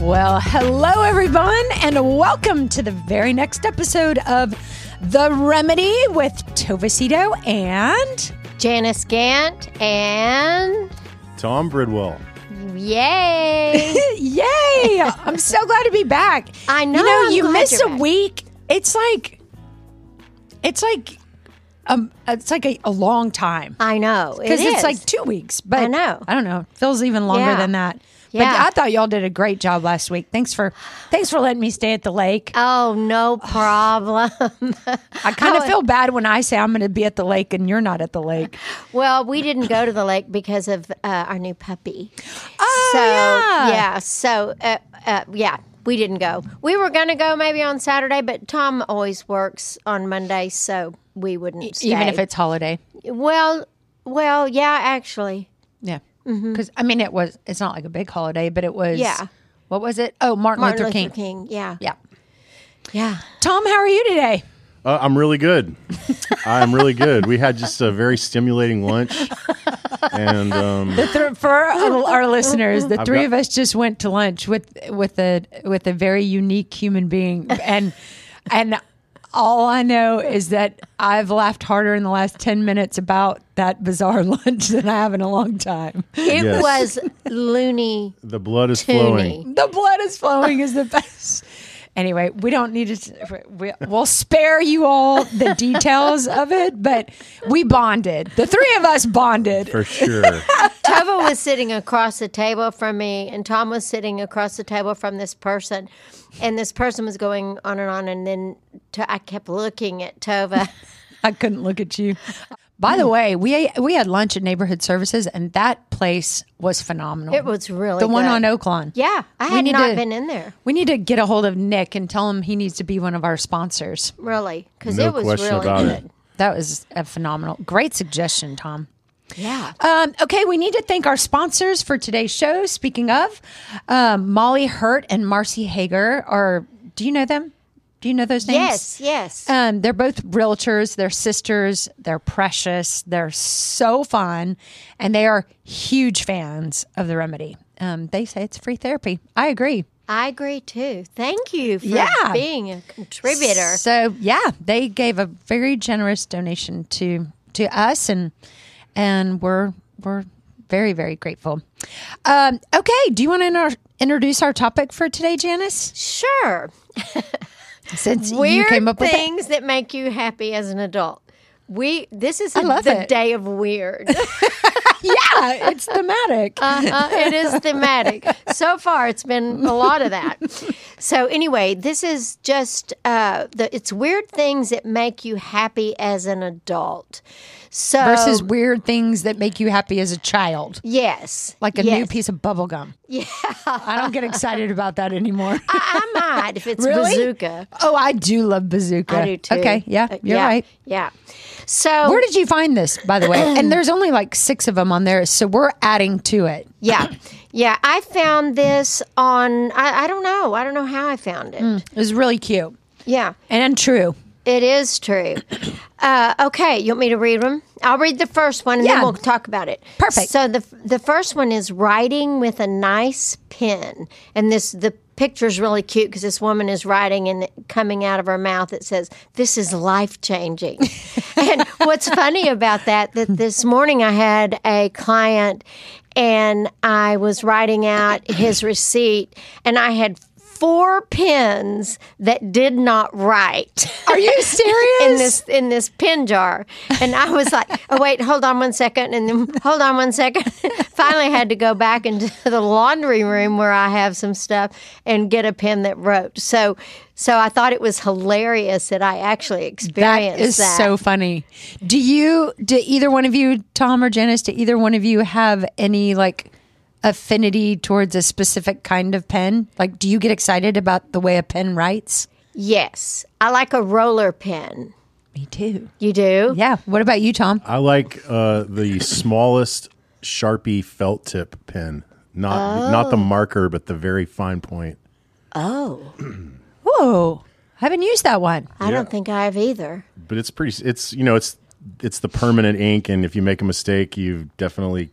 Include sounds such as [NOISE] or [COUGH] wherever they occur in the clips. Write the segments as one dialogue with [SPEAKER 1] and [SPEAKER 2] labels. [SPEAKER 1] Well, hello, everyone, and welcome to the very next episode of The Remedy with Tovacito and. [LAUGHS]
[SPEAKER 2] Janice Gant and
[SPEAKER 3] Tom Bridwell.
[SPEAKER 1] [LAUGHS]
[SPEAKER 2] yay.
[SPEAKER 1] Yay! I'm so glad to be back.
[SPEAKER 2] I know,
[SPEAKER 1] You know,
[SPEAKER 2] I'm
[SPEAKER 1] you
[SPEAKER 2] glad
[SPEAKER 1] miss
[SPEAKER 2] you're
[SPEAKER 1] a
[SPEAKER 2] back.
[SPEAKER 1] week. It's like. It's like. Um, it's like a, a long time.
[SPEAKER 2] I know.
[SPEAKER 1] because
[SPEAKER 2] it
[SPEAKER 1] it's
[SPEAKER 2] is.
[SPEAKER 1] like two weeks. But
[SPEAKER 2] I know.
[SPEAKER 1] I don't know. It feels even longer
[SPEAKER 2] Yeah.
[SPEAKER 1] than that. But
[SPEAKER 2] Yeah.
[SPEAKER 1] I thought y'all did a great job last week. Thanks for thanks for letting me stay at the lake.
[SPEAKER 2] oh, no problem. [LAUGHS]
[SPEAKER 1] I kind of
[SPEAKER 2] oh,
[SPEAKER 1] feel bad when I say I'm going to be at the lake and you're not at the lake.
[SPEAKER 2] well, we didn't go to the lake because of uh, our new puppy.
[SPEAKER 1] Oh
[SPEAKER 2] so,
[SPEAKER 1] yeah.
[SPEAKER 2] So, uh, uh, yeah, we didn't go. We were going to go maybe on Saturday, but Tom always works on Monday, so we wouldn't stay.
[SPEAKER 1] E, Even if it's holiday.
[SPEAKER 2] Well, well, yeah, actually.
[SPEAKER 1] Yeah. Because I mean, it was. It's not like a big holiday, but it was.
[SPEAKER 2] Mm-hmm. Yeah.
[SPEAKER 1] What was it? Oh, Martin,
[SPEAKER 2] Martin
[SPEAKER 1] Luther,
[SPEAKER 2] Luther,
[SPEAKER 1] King.
[SPEAKER 2] King. Yeah.
[SPEAKER 1] Yeah.
[SPEAKER 2] Yeah.
[SPEAKER 1] Tom, how are you today?
[SPEAKER 3] Uh, I'm really good. I'm really good. We had just a very stimulating lunch, and um,
[SPEAKER 1] The th- for
[SPEAKER 2] [LAUGHS]
[SPEAKER 1] our our listeners, the three
[SPEAKER 3] got-
[SPEAKER 1] of us just went to lunch with with a with a very unique human being, and [LAUGHS] and all I know is that I've laughed harder in the last ten minutes about that bizarre [LAUGHS] lunch than I have in a long time.
[SPEAKER 2] It
[SPEAKER 3] Yes. [LAUGHS]
[SPEAKER 2] was loony.
[SPEAKER 3] the blood is
[SPEAKER 2] Toony.
[SPEAKER 3] flowing.
[SPEAKER 1] The blood is flowing is the best. Anyway, we don't need to. We, we'll spare you all the details of it, but we bonded. The three of us bonded.
[SPEAKER 3] For sure.
[SPEAKER 2] Tova was sitting across the table from me, and Tom was sitting across the table from this person. And this person was going on and on, and then to, I kept looking at Tova. [LAUGHS]
[SPEAKER 1] I couldn't look at you. By the way, we we had lunch at Neighborhood Services, and that place was phenomenal.
[SPEAKER 2] It was really
[SPEAKER 1] the one
[SPEAKER 2] good.
[SPEAKER 1] on Oaklawn.
[SPEAKER 2] Yeah, I
[SPEAKER 1] We
[SPEAKER 2] had
[SPEAKER 1] need
[SPEAKER 2] not
[SPEAKER 1] to-
[SPEAKER 2] been in there
[SPEAKER 1] We need to get a hold of Nick and tell him he needs to be one of our sponsors.
[SPEAKER 2] really because
[SPEAKER 3] No
[SPEAKER 2] it was
[SPEAKER 3] question
[SPEAKER 2] really
[SPEAKER 3] about it.
[SPEAKER 2] good.
[SPEAKER 1] That was a phenomenal, great suggestion, Tom.
[SPEAKER 2] Yeah,
[SPEAKER 1] Um, okay, we need to thank our sponsors for today's show. Speaking of, um, Molly Hurt and Marcy Hager are. Do you know them? Do you know those names?
[SPEAKER 2] yes, yes.
[SPEAKER 1] Um, they're both realtors. They're sisters. They're precious. They're so fun, and they are huge fans of the remedy. Um, they say it's free therapy. I agree.
[SPEAKER 2] I agree too. Thank you for
[SPEAKER 1] Yeah.
[SPEAKER 2] being a contributor.
[SPEAKER 1] So yeah, they gave a very generous donation to to us, and and we're we're very very grateful. Um, okay, do you want to inter- introduce our topic for today, Janice?
[SPEAKER 2] Sure.
[SPEAKER 1] Since you
[SPEAKER 2] Weird
[SPEAKER 1] came up with it.
[SPEAKER 2] things that make you happy as an adult. We this is
[SPEAKER 1] love
[SPEAKER 2] the
[SPEAKER 1] it.
[SPEAKER 2] day of weird.
[SPEAKER 1] [LAUGHS] yeah, it's thematic.
[SPEAKER 2] uh, it is thematic. So far, it's been a lot of that. So anyway, this is just uh, the it's weird things that make you happy as an adult. So
[SPEAKER 1] versus weird things that make you happy as a child.
[SPEAKER 2] yes,
[SPEAKER 1] like a new
[SPEAKER 2] yes.
[SPEAKER 1] piece of bubble gum. Yeah. I don't [LAUGHS] get excited about that anymore.
[SPEAKER 2] I, I might if
[SPEAKER 1] [LAUGHS]
[SPEAKER 2] it's
[SPEAKER 1] Really?
[SPEAKER 2] bazooka.
[SPEAKER 1] [LAUGHS] oh, I do love bazooka.
[SPEAKER 2] I do too.
[SPEAKER 1] Okay, yeah,
[SPEAKER 2] Uh,
[SPEAKER 1] you're
[SPEAKER 2] yeah,
[SPEAKER 1] right.
[SPEAKER 2] Yeah. So
[SPEAKER 1] Where did you find this, by the way? and there's only like six of them on there, so we're adding to it.
[SPEAKER 2] yeah, yeah. I found this on. I, I don't know. I don't know how I found it.
[SPEAKER 1] It was really cute
[SPEAKER 2] Yeah.
[SPEAKER 1] and true.
[SPEAKER 2] It is true. [CLEARS THROAT] Uh, okay, you want me to read them? I'll read the first one and
[SPEAKER 1] Yeah.
[SPEAKER 2] then we'll talk about it.
[SPEAKER 1] Perfect.
[SPEAKER 2] So the the first one is writing with a nice pen, and this the picture is really cute because this woman is writing and coming out of her mouth it says, "This is life changing." [LAUGHS] and what's funny about that that this morning I had a client, and I was writing out his receipt, and I had. Four pens that did not write
[SPEAKER 1] Are [LAUGHS] you serious?
[SPEAKER 2] in this in this pen jar, and I was like, "Oh wait, hold on one second, and then hold on one second. [LAUGHS] Finally, had to go back into [LAUGHS] the laundry room where I have some stuff and get a pen that wrote. So, so I thought it was hilarious that I actually experienced
[SPEAKER 1] that
[SPEAKER 2] that.
[SPEAKER 1] is so funny. Do you, do either one of you, Tom or Janice, do either one of you have any like affinity towards a specific kind of pen? Like, do you get excited about the way a pen writes?
[SPEAKER 2] yes, I like a roller pen.
[SPEAKER 1] Me too.
[SPEAKER 2] You do?
[SPEAKER 1] Yeah. What about you, Tom?
[SPEAKER 3] I like uh, the smallest Sharpie felt tip pen, not not the marker, but the very fine point.
[SPEAKER 2] Oh,
[SPEAKER 1] Whoa. I haven't used that one.
[SPEAKER 2] I don't think I have either.
[SPEAKER 3] But it's pretty. It's you know it's it's the permanent ink, and if you make a mistake, you've definitely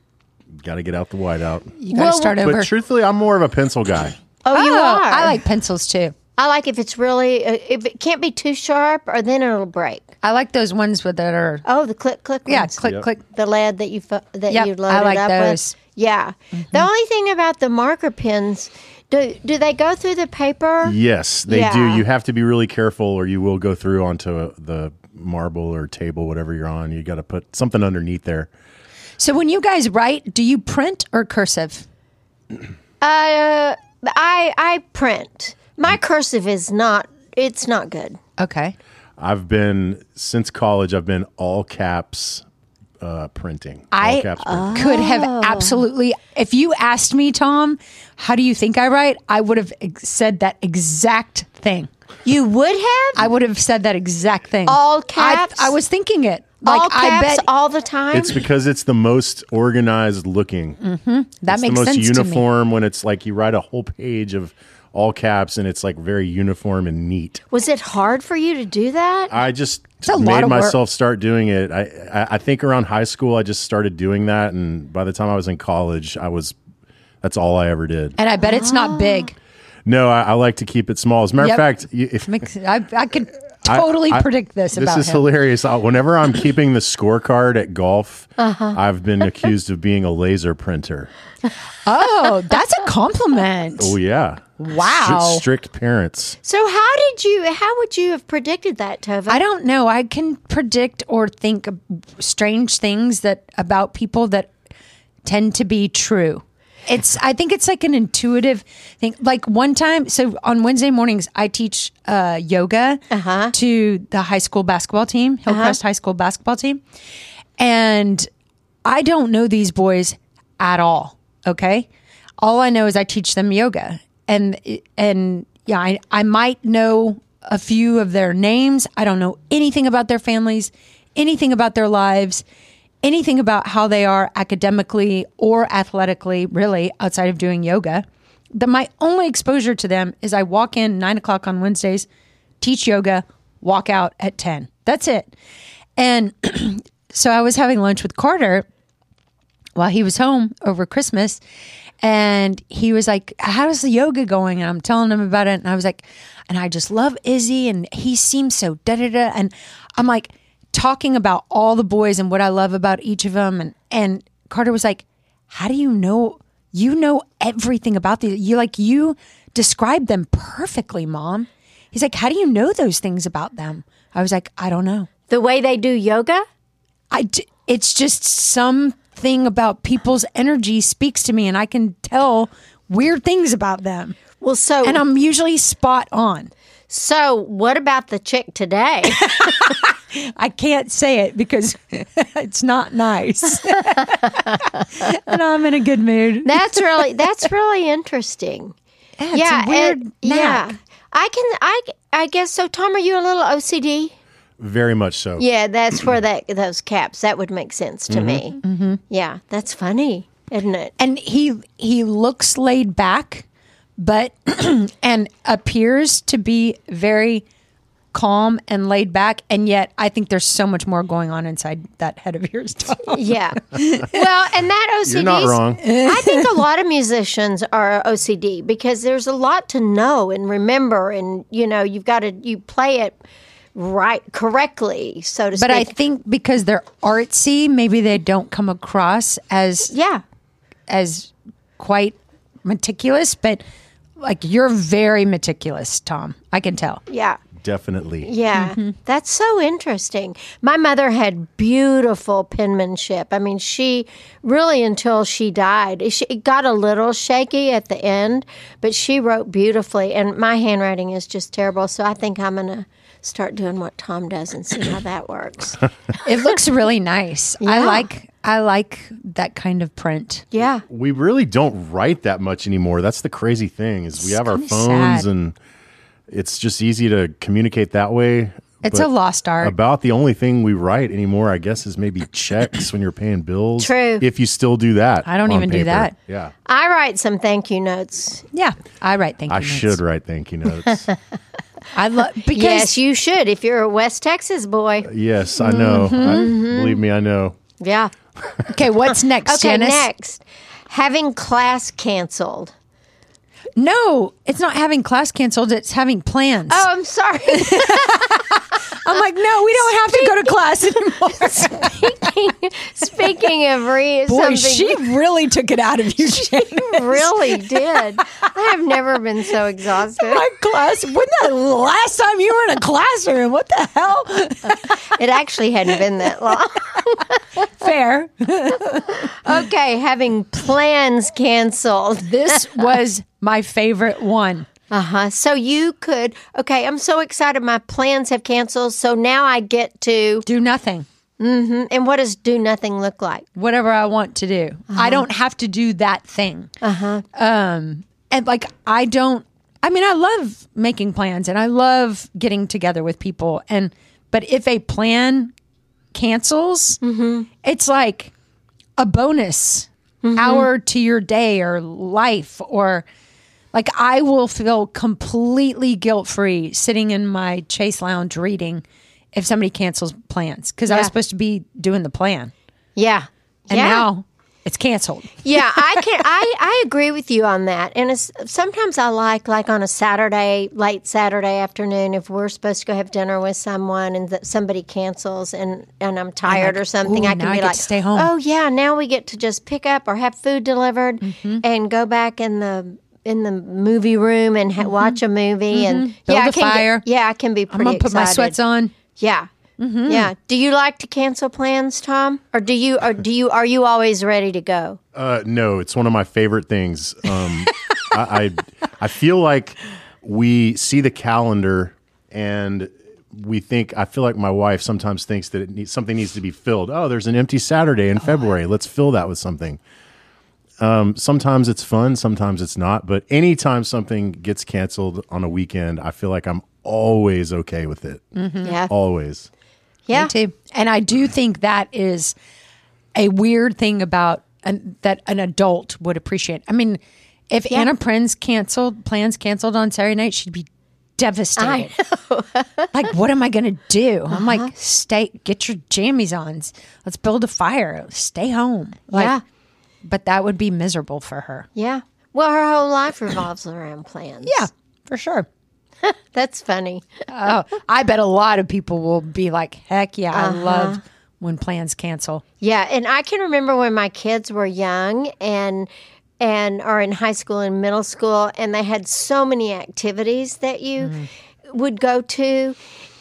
[SPEAKER 3] got to get out the whiteout.
[SPEAKER 1] You gotta
[SPEAKER 2] Well,
[SPEAKER 1] start over.
[SPEAKER 3] But truthfully, I'm more of a pencil guy.
[SPEAKER 2] Oh, you are.
[SPEAKER 1] I like pencils too.
[SPEAKER 2] I like if it's really uh, if it can't be too sharp, or then it'll break.
[SPEAKER 1] I like those ones with that are
[SPEAKER 2] Oh, the click click.
[SPEAKER 1] yeah,
[SPEAKER 2] ones.
[SPEAKER 1] click
[SPEAKER 3] Yep.
[SPEAKER 1] click.
[SPEAKER 2] the lead that you fu- that
[SPEAKER 1] Yep,
[SPEAKER 2] you
[SPEAKER 1] I
[SPEAKER 2] loaded
[SPEAKER 1] like
[SPEAKER 2] up
[SPEAKER 1] those. Mm-hmm.
[SPEAKER 2] with. Yeah. The only thing about the marker pens, do do they go through the paper?
[SPEAKER 3] Yes, they do.
[SPEAKER 2] Yeah.
[SPEAKER 3] You have to be really careful, or you will go through onto uh, the marble or table, whatever you're on. You got to put something underneath there.
[SPEAKER 1] So when you guys write, do you print or cursive?
[SPEAKER 2] Uh, I I print. My cursive is not. It's not good.
[SPEAKER 1] Okay.
[SPEAKER 3] I've been since college. I've been all caps uh, printing. All
[SPEAKER 1] I
[SPEAKER 3] caps printing.
[SPEAKER 1] could have
[SPEAKER 2] Oh.
[SPEAKER 1] absolutely. If you asked me, Tom, how do you think I write? I would have ex- said that exact thing.
[SPEAKER 2] You would have
[SPEAKER 1] I would have said that exact thing.
[SPEAKER 2] All
[SPEAKER 1] I-
[SPEAKER 2] caps?
[SPEAKER 1] I, was thinking it. Like
[SPEAKER 2] all caps
[SPEAKER 1] I bet
[SPEAKER 2] all the time.
[SPEAKER 3] It's because it's the most organized looking.
[SPEAKER 1] Mm-hmm. that makes
[SPEAKER 3] it's the most
[SPEAKER 1] sense to me.
[SPEAKER 3] uniform when it's like you write a whole page of all caps and it's like very uniform and neat.
[SPEAKER 2] Was it hard for you to do that?
[SPEAKER 3] I just
[SPEAKER 1] a lot
[SPEAKER 3] made
[SPEAKER 1] of work.
[SPEAKER 3] myself start doing it. I, I I think around high school I just started doing that, and by the time I was in college, I was that's all I ever did.
[SPEAKER 1] And I bet it's
[SPEAKER 2] Oh.
[SPEAKER 1] not big.
[SPEAKER 3] No, I, I like to keep it small. As a matter
[SPEAKER 1] Yep.
[SPEAKER 3] of fact, you- if
[SPEAKER 1] Makes, I, I could
[SPEAKER 3] I-
[SPEAKER 1] totally
[SPEAKER 3] I-
[SPEAKER 1] predict this,
[SPEAKER 3] This
[SPEAKER 1] about
[SPEAKER 3] is
[SPEAKER 1] him.
[SPEAKER 3] hilarious. Uh, Whenever I'm keeping the scorecard at golf,
[SPEAKER 1] Uh-huh.
[SPEAKER 3] I've
[SPEAKER 1] [LAUGHS]
[SPEAKER 3] been accused of being a laser printer.
[SPEAKER 1] Oh, that's a
[SPEAKER 3] [LAUGHS]
[SPEAKER 1] compliment.
[SPEAKER 3] Oh yeah,
[SPEAKER 1] Wow.
[SPEAKER 3] Stri- strict parents.
[SPEAKER 2] so how did you? How would you have predicted that, Tova?
[SPEAKER 1] I don't know. I can predict or think of strange things that about people that tend to be true. It's I think it's like an intuitive thing. Like one time, so on Wednesday mornings, I teach uh, yoga to the high school basketball team, Hillcrest High School basketball team, and I don't know these boys at all. Okay. All I know is I teach them yoga and, and yeah, I, I might know a few of their names. I don't know anything about their families, anything about their lives, anything about how they are academically or athletically, really outside of doing yoga. The, my only exposure to them is I walk in nine o'clock on Wednesdays, teach yoga, walk out at 10. That's it. And so I was having lunch with Carter while he was home over Christmas. And he was like, How's the yoga going? And I'm telling him about it. And I was like, And I just love Izzy. And he seems so da da da. And I'm like, talking about all the boys and what I love about each of them. And, and Carter was like, How do you know? You know everything about these. You like, you described them perfectly, mom. He's like, How do you know those things about them? I was like, I don't know.
[SPEAKER 2] the way they do yoga.
[SPEAKER 1] I j- it's just something about people's energy speaks to me and I can tell weird things about them.
[SPEAKER 2] Well, so
[SPEAKER 1] And I'm usually spot on.
[SPEAKER 2] so what about the
[SPEAKER 1] [LAUGHS]
[SPEAKER 2] chick today?
[SPEAKER 1] I can't say it because [LAUGHS] it's not nice. [LAUGHS] and I'm in a good mood.
[SPEAKER 2] that's really that's really interesting.
[SPEAKER 1] Yeah, it's a weird
[SPEAKER 2] and-
[SPEAKER 1] knack.
[SPEAKER 2] yeah. I can I I guess so. Tom, are you a little OCD?
[SPEAKER 3] Very much so.
[SPEAKER 2] Yeah, that's where that those caps that would make sense to me. Mm-hmm. Yeah, that's funny, isn't it?
[SPEAKER 1] And he he looks laid back but [CLEARS THROAT] and appears to be very calm and laid back and yet I think there's so much more going on inside that head of yours. [LAUGHS] Tom.
[SPEAKER 2] [LAUGHS] [LAUGHS] Yeah. well, and that OCD.
[SPEAKER 3] You're not wrong.
[SPEAKER 2] I think a lot of musicians are OCD because there's a lot to know and remember, and you know you've got to you play it right correctly, so to
[SPEAKER 1] But I
[SPEAKER 2] speak.
[SPEAKER 1] think because they're artsy, maybe they don't come across as
[SPEAKER 2] yeah.
[SPEAKER 1] as quite meticulous. But like you're very meticulous, Tom. I can tell.
[SPEAKER 2] Yeah.
[SPEAKER 3] Definitely.
[SPEAKER 2] Yeah, that's so interesting. My mother had beautiful penmanship. I mean, she really until she died, she it got a little shaky at the end, but she wrote beautifully. And my handwriting is just terrible, so I think I'm gonna start doing what Tom does and see how that [LAUGHS] works.
[SPEAKER 1] It looks really nice. I like I like that kind of print.
[SPEAKER 2] Yeah,
[SPEAKER 3] We really don't write that much anymore. That's the crazy thing is we have our
[SPEAKER 1] kinda
[SPEAKER 3] phones
[SPEAKER 1] sad.
[SPEAKER 3] and it's just easy to communicate that way.
[SPEAKER 1] It's
[SPEAKER 3] but
[SPEAKER 1] a lost art.
[SPEAKER 3] About the only thing we write anymore, I guess, is maybe checks when you're paying bills.
[SPEAKER 2] True.
[SPEAKER 3] If you still do that.
[SPEAKER 1] I don't
[SPEAKER 3] on
[SPEAKER 1] even do
[SPEAKER 3] paper.
[SPEAKER 1] that.
[SPEAKER 3] Yeah.
[SPEAKER 2] I write some thank you notes.
[SPEAKER 1] yeah, I write thank you.
[SPEAKER 3] I
[SPEAKER 1] notes.
[SPEAKER 3] should write
[SPEAKER 1] [LAUGHS]
[SPEAKER 3] thank you notes.
[SPEAKER 1] I
[SPEAKER 2] [LAUGHS]
[SPEAKER 1] love because
[SPEAKER 2] Yes, you should if you're a West Texas boy.
[SPEAKER 3] yes, I know. I,
[SPEAKER 1] Mm-hmm.
[SPEAKER 3] believe me, I know.
[SPEAKER 2] Yeah. [LAUGHS]
[SPEAKER 1] okay. What's next,
[SPEAKER 2] Okay,
[SPEAKER 1] Janice?
[SPEAKER 2] next, having class canceled.
[SPEAKER 1] No, it's not having class canceled. It's having plans.
[SPEAKER 2] Oh, I'm sorry.
[SPEAKER 1] I'm like, no, we don't have to
[SPEAKER 2] [LAUGHS]
[SPEAKER 1] go to class anymore.
[SPEAKER 2] speaking, [LAUGHS] speaking of re,
[SPEAKER 1] Boy,
[SPEAKER 2] something
[SPEAKER 1] she really took it out
[SPEAKER 2] [LAUGHS]
[SPEAKER 1] of you, Shannon.
[SPEAKER 2] really did. I have never been so exhausted.
[SPEAKER 1] My class. When the last time you were in a classroom? What the hell?
[SPEAKER 2] It actually hadn't been that long.
[SPEAKER 1] Fair.
[SPEAKER 2] [LAUGHS] Okay, having plans canceled.
[SPEAKER 1] This was my favorite one.
[SPEAKER 2] Uh huh. So you could. Okay, I'm so excited. My plans have canceled. So now I get to.
[SPEAKER 1] Do nothing.
[SPEAKER 2] And what does do nothing look like?
[SPEAKER 1] whatever I want to do. I don't have to do that thing. Uh-huh. Um and like I don't I mean I love making plans and I love getting together with people and but if a plan cancels, it's like a bonus hour to your day or life or like I will feel completely guilt-free sitting in my Chase lounge reading if somebody cancels plans cuz I
[SPEAKER 2] Yeah.
[SPEAKER 1] was supposed to be doing the plan.
[SPEAKER 2] Yeah.
[SPEAKER 1] And
[SPEAKER 2] yeah.
[SPEAKER 1] now it's canceled.
[SPEAKER 2] yeah, I can. I I agree with you on that. And it's, sometimes I like like on a Saturday, late Saturday afternoon, if we're supposed to go have dinner with someone and that somebody cancels and and I'm tired or something,
[SPEAKER 1] "Ooh,
[SPEAKER 2] I can
[SPEAKER 1] now I
[SPEAKER 2] be
[SPEAKER 1] get to
[SPEAKER 2] like,
[SPEAKER 1] stay home."
[SPEAKER 2] Oh yeah, now we get to just pick up or have food delivered
[SPEAKER 1] Mm-hmm.
[SPEAKER 2] and go back in the. In the movie room and ha- watch a movie and
[SPEAKER 1] Mm-hmm. Build
[SPEAKER 2] yeah, I
[SPEAKER 1] a
[SPEAKER 2] can get-
[SPEAKER 1] fire.
[SPEAKER 2] yeah, I can be
[SPEAKER 1] I'm
[SPEAKER 2] pretty.
[SPEAKER 1] gonna put my
[SPEAKER 2] excited.
[SPEAKER 1] sweats Mm-hmm. on.
[SPEAKER 2] Yeah, yeah. Do you like to cancel plans, Tom, or do you or do you are you always ready to go?
[SPEAKER 3] Uh, no, it's one of my favorite things. Um, [LAUGHS] I, I I feel like we see the calendar and we think. I feel like my wife sometimes thinks that it needs, something needs to be filled. Oh, there's an empty Saturday in February. Let's fill that with something. Um, sometimes it's fun, sometimes it's not. But anytime something gets canceled on a weekend, I feel like I'm always okay with it.
[SPEAKER 1] Mm.
[SPEAKER 2] Yeah,
[SPEAKER 3] Always.
[SPEAKER 2] yeah.
[SPEAKER 1] Me too. And I do think that is a weird thing about an, that an adult would appreciate. I mean, if Anna Prinz canceled plans canceled on Saturday night, she'd be devastated. [LAUGHS] like, what am I going to do? I'm
[SPEAKER 2] Uh-huh.
[SPEAKER 1] like, stay, get your jammies on. Let's build a fire. Stay home. Like,
[SPEAKER 2] Yeah.
[SPEAKER 1] But that would be miserable for her.
[SPEAKER 2] Yeah. Well, her whole life revolves around plans.
[SPEAKER 1] Yeah, for sure.
[SPEAKER 2] That's funny.
[SPEAKER 1] I bet a lot of people will be like, heck yeah, I love when plans cancel.
[SPEAKER 2] Yeah, and I can remember when my kids were young and and are in high school and middle school and they had so many activities that you
[SPEAKER 1] Mm-hmm.
[SPEAKER 2] would go to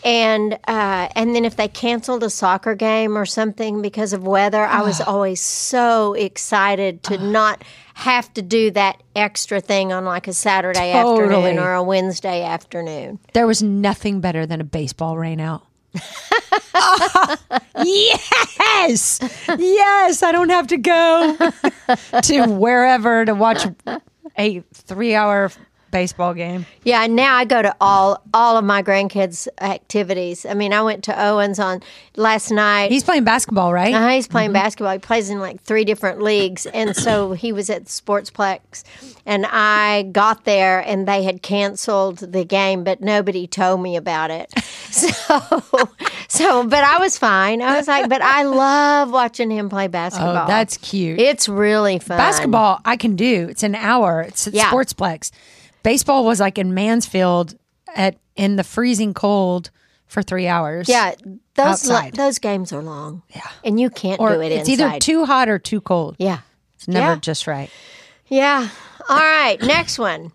[SPEAKER 2] and uh, and then if they canceled a soccer game or something because of weather, I was always so excited to not have to do that extra thing on like a Saturday
[SPEAKER 1] Totally.
[SPEAKER 2] afternoon or a Wednesday afternoon.
[SPEAKER 1] There was nothing better than a baseball rainout. oh, yes, yes, I don't have to go [LAUGHS] to wherever to watch a three-hour baseball game.
[SPEAKER 2] Yeah, and now I go to all all of my grandkids' activities. I mean, I went to Owens on last night.
[SPEAKER 1] He's playing basketball, right?
[SPEAKER 2] Uh, he's playing
[SPEAKER 1] Mm-hmm.
[SPEAKER 2] basketball. He plays in like three different leagues, and so he was at the Sportsplex, and I got there, and they had canceled the game, but nobody told me about it. [LAUGHS] So, so, but I was fine. I was like, but I love watching him play basketball.
[SPEAKER 1] Oh, that's cute.
[SPEAKER 2] it's really fun.
[SPEAKER 1] basketball, I can do. It's an hour. It's at
[SPEAKER 2] Yeah.
[SPEAKER 1] Sportsplex. Baseball was like in Mansfield at in the freezing cold for three hours.
[SPEAKER 2] Yeah, those li-
[SPEAKER 1] Outside.
[SPEAKER 2] those games are long. Yeah, and you can't
[SPEAKER 1] or
[SPEAKER 2] do it
[SPEAKER 1] it's
[SPEAKER 2] inside.
[SPEAKER 1] either too hot or too cold.
[SPEAKER 2] yeah,
[SPEAKER 1] It's never
[SPEAKER 2] Yeah.
[SPEAKER 1] just right.
[SPEAKER 2] Yeah. All right. Next one.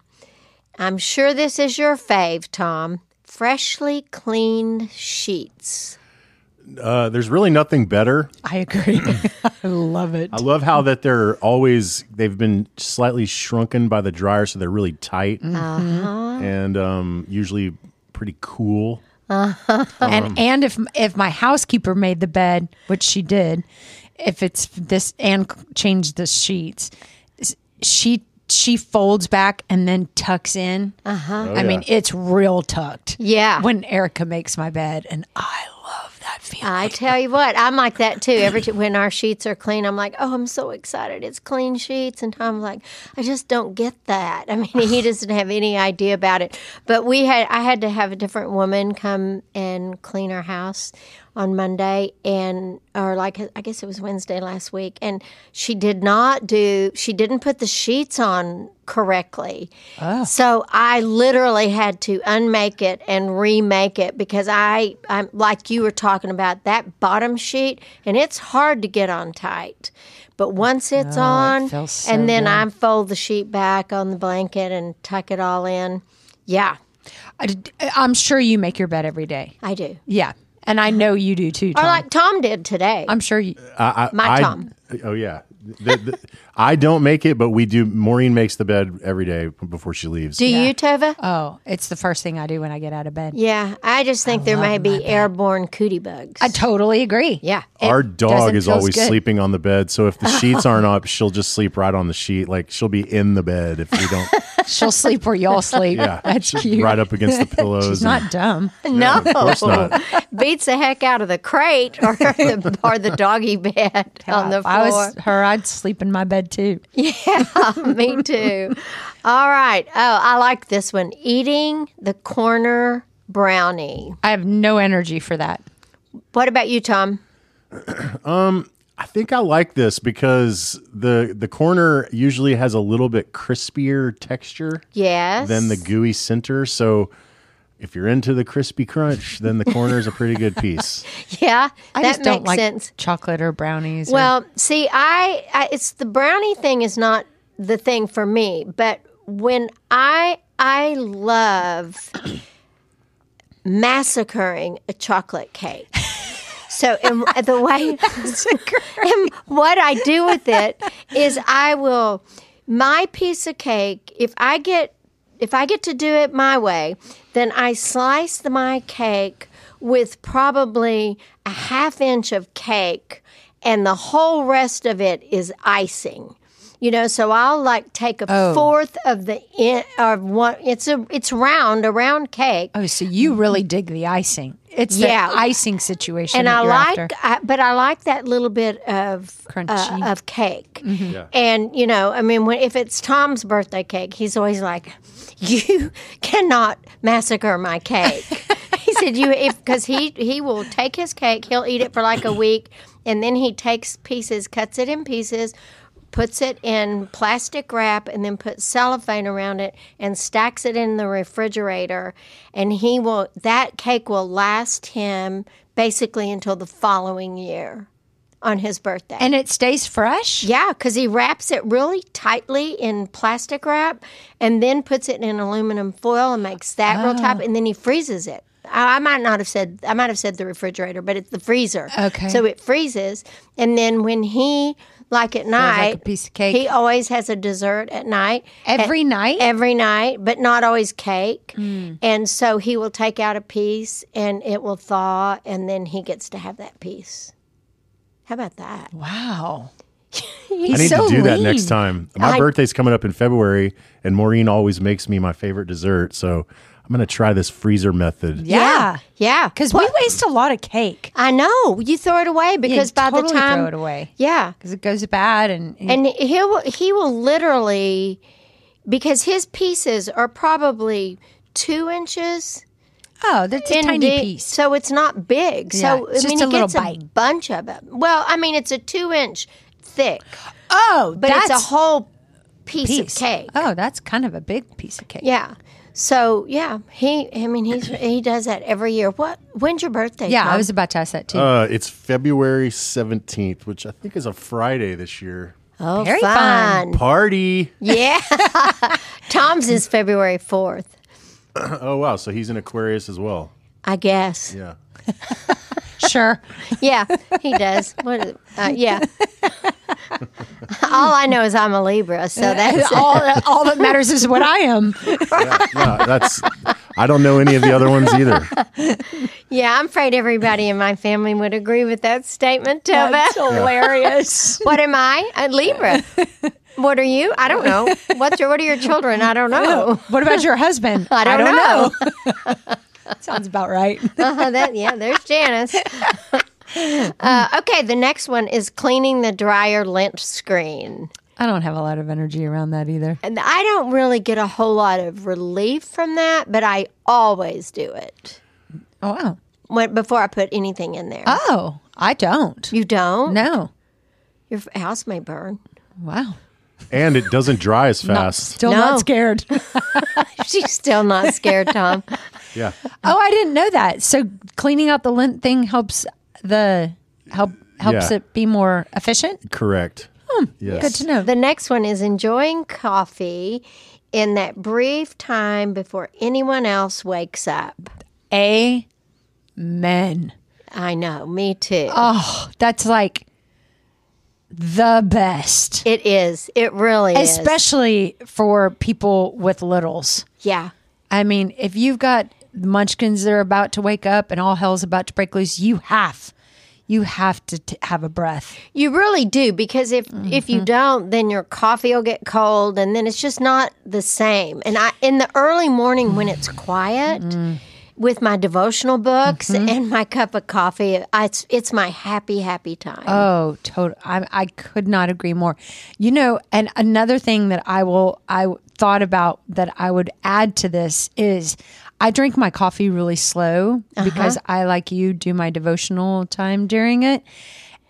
[SPEAKER 2] I'm sure this is your fave, Tom. Freshly cleaned sheets.
[SPEAKER 3] Uh, there's really nothing better
[SPEAKER 1] I agree. [LAUGHS] I love it.
[SPEAKER 3] I love how that they're always they've been slightly shrunken by the dryer, so they're really tight
[SPEAKER 1] Mm-hmm. Uh-huh.
[SPEAKER 3] and um, usually pretty cool.
[SPEAKER 1] and and if if my housekeeper made the bed, which she did, if it's this and changed the sheets, s- she she folds back and then tucks in. Uh huh. I mean, it's real tucked.
[SPEAKER 2] Uh-huh. Yeah.
[SPEAKER 1] When Erica makes my bed, and I love that feeling.
[SPEAKER 2] I tell you what, I'm like that too. Every time when our sheets are clean, I'm like, oh, I'm so excited. It's clean sheets. And Tom's like, I just don't get that. I mean, he doesn't have any idea about it. But we had, I had to have a different woman come and clean our house on Monday and or like I guess it was Wednesday last week and she did not do she didn't put the sheets on correctly.
[SPEAKER 1] Ah.
[SPEAKER 2] So I literally had to unmake it and remake it because I I'm like you were talking about that bottom sheet and it's hard to get on tight. But once it's on
[SPEAKER 1] Oh, feels so
[SPEAKER 2] and then
[SPEAKER 1] good.
[SPEAKER 2] I fold the sheet back on the blanket and tuck it all in. Yeah,
[SPEAKER 1] I, did- I'm sure you make your bed every day.
[SPEAKER 2] I do.
[SPEAKER 1] Yeah, and I know you do too.
[SPEAKER 2] Or
[SPEAKER 1] Tom.
[SPEAKER 2] like Tom did today.
[SPEAKER 1] I'm sure you.
[SPEAKER 2] my
[SPEAKER 3] I-
[SPEAKER 2] Tom.
[SPEAKER 3] Oh yeah, The- the- I don't make it, but we do. Maureen makes the bed every day before she leaves.
[SPEAKER 2] Do you, Tova?
[SPEAKER 1] Oh, it's the first thing I do when I get out of bed.
[SPEAKER 2] Yeah, I just think there may be airborne cootie bugs.
[SPEAKER 1] I totally agree.
[SPEAKER 2] yeah.
[SPEAKER 3] Our
[SPEAKER 1] doesn't
[SPEAKER 3] dog is
[SPEAKER 1] feel
[SPEAKER 3] always
[SPEAKER 1] good.
[SPEAKER 3] sleeping on the bed,
[SPEAKER 1] [LAUGHS]
[SPEAKER 3] so if the sheets aren't up, she'll just sleep right on the sheet. Like she'll be in the bed if we don't.
[SPEAKER 1] She'll sleep where y'all sleep.
[SPEAKER 3] Yeah,
[SPEAKER 1] [LAUGHS] That's
[SPEAKER 3] she's
[SPEAKER 1] cute.
[SPEAKER 3] Right up
[SPEAKER 1] [LAUGHS]
[SPEAKER 3] against the pillows.
[SPEAKER 1] She's
[SPEAKER 3] and-
[SPEAKER 1] not dumb.
[SPEAKER 2] no,
[SPEAKER 3] of course not.
[SPEAKER 2] [LAUGHS] beats the heck out of the crate or the, or the
[SPEAKER 1] [LAUGHS]
[SPEAKER 2] doggy bed [LAUGHS] on the
[SPEAKER 1] If
[SPEAKER 2] floor.
[SPEAKER 1] I was her, I'd sleep in my bed too. [LAUGHS]
[SPEAKER 2] [LAUGHS] Me too. All right. Oh, I like this one. Eating the corner brownie.
[SPEAKER 1] I have no energy for that.
[SPEAKER 2] What about you, Tom?
[SPEAKER 3] I think I like this because the the corner usually has a little bit crispier texture
[SPEAKER 2] Yes.
[SPEAKER 3] than the gooey center. So if you're into the crispy crunch, then the corner is a pretty good piece.
[SPEAKER 2] yeah.
[SPEAKER 1] I
[SPEAKER 2] that
[SPEAKER 1] just
[SPEAKER 2] makes
[SPEAKER 1] don't like
[SPEAKER 2] sense.
[SPEAKER 1] chocolate or brownies. or-
[SPEAKER 2] Well, see, I, I it's the brownie thing is not the thing for me, but when I I love [CLEARS THROAT] massacring a chocolate cake. So and the way [LAUGHS] and what I do with it is I will my piece of cake if I get if I get to do it my way, then I slice the, my cake with probably a half inch of cake, and the whole rest of it is icing. You know, so I'll like take a fourth of the in, or one. It's a it's round a round cake,
[SPEAKER 1] oh, so you really dig the icing. It's
[SPEAKER 2] Yeah.
[SPEAKER 1] the icing situation.
[SPEAKER 2] and
[SPEAKER 1] that
[SPEAKER 2] I
[SPEAKER 1] you're after.
[SPEAKER 2] like, I, but I like that little bit of uh,
[SPEAKER 1] Crunchy. Mm-hmm.
[SPEAKER 2] of cake. And you know, I mean, when, if it's Tom's birthday cake, he's always like, "You [LAUGHS] cannot massacre my cake." he said, "You if because he he will take his cake, he'll eat it for like a week, and then he takes pieces, cuts it in pieces." Puts it in plastic wrap and then puts cellophane around it and stacks it in the refrigerator. And he will, that cake will last him basically until the following year on his birthday.
[SPEAKER 1] and it stays fresh.
[SPEAKER 2] Yeah, because he wraps it really tightly in plastic wrap and then puts it in aluminum foil and makes that
[SPEAKER 1] Oh.
[SPEAKER 2] real tight, and then he freezes it. I I might not have said I might have said the refrigerator, but it's the freezer.
[SPEAKER 1] Okay.
[SPEAKER 2] So it freezes, and then when he like at night,
[SPEAKER 1] like a piece of cake.
[SPEAKER 2] He always has a dessert at night.
[SPEAKER 1] Every
[SPEAKER 2] And-
[SPEAKER 1] night? Hmm.
[SPEAKER 2] Every night, but not always cake. And so he will take out a piece, and it will thaw, and then he gets to have that piece. How about that?
[SPEAKER 1] [LAUGHS] Wow.
[SPEAKER 3] I need
[SPEAKER 1] so
[SPEAKER 3] to do that
[SPEAKER 1] lean.
[SPEAKER 3] next time. My
[SPEAKER 2] I-
[SPEAKER 3] birthday's coming up in February, and Maureen always makes me my favorite dessert. So I'm going to try this freezer method.
[SPEAKER 1] Yeah.
[SPEAKER 2] Yeah.
[SPEAKER 1] Because we waste a lot of cake.
[SPEAKER 2] I know. You throw it away because by
[SPEAKER 1] totally
[SPEAKER 2] the time
[SPEAKER 1] throw it away
[SPEAKER 2] Yeah.
[SPEAKER 1] because it goes bad and,
[SPEAKER 2] And he will he will literally because his pieces are probably two inches
[SPEAKER 1] oh, that's a
[SPEAKER 2] in
[SPEAKER 1] tiny
[SPEAKER 2] di-
[SPEAKER 1] piece.
[SPEAKER 2] So it's not big.
[SPEAKER 1] Yeah,
[SPEAKER 2] so I
[SPEAKER 1] it's just
[SPEAKER 2] mean
[SPEAKER 1] a
[SPEAKER 2] he
[SPEAKER 1] little
[SPEAKER 2] gets a
[SPEAKER 1] bite.
[SPEAKER 2] bunch of them. Well, I mean it's a two inch thick,
[SPEAKER 1] Oh,
[SPEAKER 2] but
[SPEAKER 1] that's
[SPEAKER 2] it's a whole piece,
[SPEAKER 1] piece.
[SPEAKER 2] of cake.
[SPEAKER 1] Oh, that's kind of a big piece of cake.
[SPEAKER 2] Yeah. So yeah, he I mean he's he does that every year. What when's your birthday?
[SPEAKER 1] Yeah, I
[SPEAKER 2] Tom?
[SPEAKER 1] was about to ask that too.
[SPEAKER 3] Uh, it's February 17th, which I think is a Friday this year.
[SPEAKER 2] oh,
[SPEAKER 1] very fun.
[SPEAKER 2] fun.
[SPEAKER 3] Party.
[SPEAKER 2] Yeah. [LAUGHS] Tom's is February 4th,
[SPEAKER 3] Oh, wow. So he's an Aquarius as well.
[SPEAKER 2] I guess.
[SPEAKER 3] Yeah.
[SPEAKER 1] [LAUGHS] sure.
[SPEAKER 2] Yeah, he does. What is, uh, yeah. All I know is I'm a Libra, so [LAUGHS]
[SPEAKER 1] [LAUGHS]
[SPEAKER 2] that's
[SPEAKER 1] all, that- all that matters is what I
[SPEAKER 2] [LAUGHS]
[SPEAKER 1] am.
[SPEAKER 3] Yeah, that's. I don't know any of the other ones either.
[SPEAKER 2] Yeah, I'm afraid everybody in my family would agree with that statement, Tova.
[SPEAKER 1] [LAUGHS] hilarious.
[SPEAKER 2] [LAUGHS] What am I? A Libra. What are you? I don't know. What's your, what are your children? I don't know.
[SPEAKER 1] [LAUGHS] What about your husband?
[SPEAKER 2] [LAUGHS] I don't, know.
[SPEAKER 1] [LAUGHS] Sounds about right.
[SPEAKER 2] Uh, that, yeah, there's [LAUGHS] Janice. Uh, okay, the next one is cleaning the dryer lint screen.
[SPEAKER 1] I don't have a lot of energy around that either.
[SPEAKER 2] And I don't really get a whole lot of relief from that, but I always do it.
[SPEAKER 1] Oh wow.
[SPEAKER 2] when, before I put anything in there.
[SPEAKER 1] Oh, I don't.
[SPEAKER 2] you don't?
[SPEAKER 1] No.
[SPEAKER 2] Your f- house may burn. [LAUGHS]
[SPEAKER 1] Wow.
[SPEAKER 3] and it doesn't dry as fast.
[SPEAKER 1] Still
[SPEAKER 2] No.
[SPEAKER 1] not scared. oh,
[SPEAKER 2] She's still not scared,
[SPEAKER 1] [LAUGHS]
[SPEAKER 2] Tom.
[SPEAKER 3] yeah,
[SPEAKER 1] Oh, I didn't know that. So cleaning out the lint thing helps the help helps
[SPEAKER 3] Yeah.
[SPEAKER 1] it be more efficient.
[SPEAKER 3] correct. yes.
[SPEAKER 1] Hmm, Good to know.
[SPEAKER 2] The next one is enjoying coffee in that brief time before anyone else wakes up.
[SPEAKER 1] Amen.
[SPEAKER 2] I know, me too.
[SPEAKER 1] Oh, that's like the best,
[SPEAKER 2] it is. It really is.
[SPEAKER 1] especially for people with littles.
[SPEAKER 2] Yeah.
[SPEAKER 1] I mean, if you've got munchkins that are about to wake up and all hell's about to break loose, you have, you have to t- have a breath.
[SPEAKER 2] You really do because if if
[SPEAKER 1] Mm-hmm.
[SPEAKER 2] you don't, then your coffee will get cold, and then it's just not the same. And I in the early morning when it's quiet.
[SPEAKER 1] Mm-hmm.
[SPEAKER 2] With my devotional books and my cup of coffee, I, it's, it's my happy, happy time.
[SPEAKER 1] Oh, total. I, I could not agree more. You know, and another thing that I will, I thought about that I would add to this is I drink my coffee really slow because I, like you, do my devotional time during it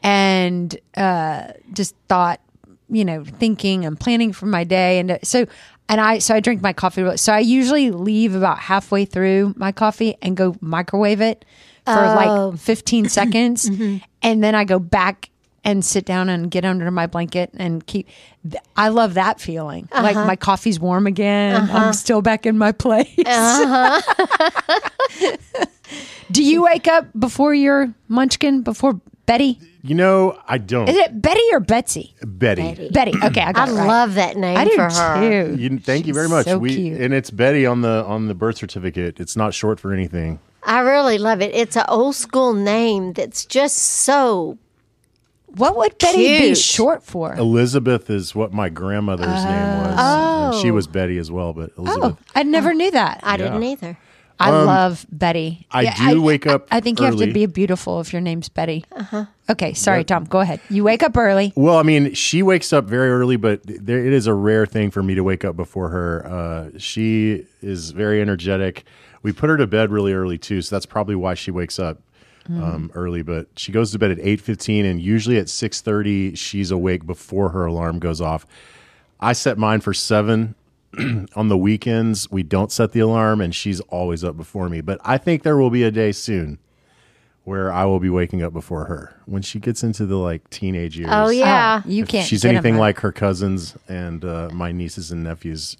[SPEAKER 1] and uh, just thought, you know, thinking and planning for my day. And uh, so, and I, so I drink my coffee. really- So I usually leave about halfway through my coffee and go microwave it for like 15 seconds and then I go back and sit down and get under my blanket and keep th- I love that feeling. Like my coffee's warm again. I'm still back in my place. [LAUGHS] Do you wake up before your munchkin before Betty?
[SPEAKER 3] You know, I don't.
[SPEAKER 1] Is it Betty or Betsy?
[SPEAKER 3] Betty.
[SPEAKER 1] Betty. Okay, I got
[SPEAKER 2] I
[SPEAKER 1] it right.
[SPEAKER 2] love that name
[SPEAKER 1] I do
[SPEAKER 2] for her.
[SPEAKER 1] too.
[SPEAKER 3] You, thank you
[SPEAKER 1] She's
[SPEAKER 3] very much.
[SPEAKER 1] So
[SPEAKER 3] we
[SPEAKER 1] cute.
[SPEAKER 3] and it's Betty on the on the birth certificate. It's not short for anything.
[SPEAKER 2] I really love it. It's an old school name that's just so
[SPEAKER 1] What would Betty be
[SPEAKER 2] Cute.
[SPEAKER 1] short for?
[SPEAKER 3] Elizabeth is what my grandmother's name was. and she was Betty as well, but Elizabeth.
[SPEAKER 1] Oh, I never knew that.
[SPEAKER 2] I didn't either.
[SPEAKER 1] I love Betty.
[SPEAKER 3] Um, I do wake up
[SPEAKER 1] I, think you have
[SPEAKER 3] early.
[SPEAKER 1] to be beautiful if your name's Betty. Uh-huh. Okay, sorry, Tom. Go ahead. You wake up early.
[SPEAKER 3] Well, I mean, she wakes up very early, but there, it is a rare thing for me to wake up before her. Uh, she is very energetic. We put her to bed really early too, so that's probably why she wakes up um, early. But she goes to bed at eight fifteen, and usually at six thirty, she's awake before her alarm goes off. I set mine for seven. [CLEARS THROAT] On the weekends, we don't set the alarm, and she's always up before me. But I think there will be a day soon where I will be waking up before her when she gets into the like teenage years.
[SPEAKER 2] Oh yeah.
[SPEAKER 1] Oh, you
[SPEAKER 3] If
[SPEAKER 1] can't.
[SPEAKER 3] she's
[SPEAKER 1] get 'em
[SPEAKER 3] anything
[SPEAKER 1] right.
[SPEAKER 3] like her cousins and uh, my nieces and nephews,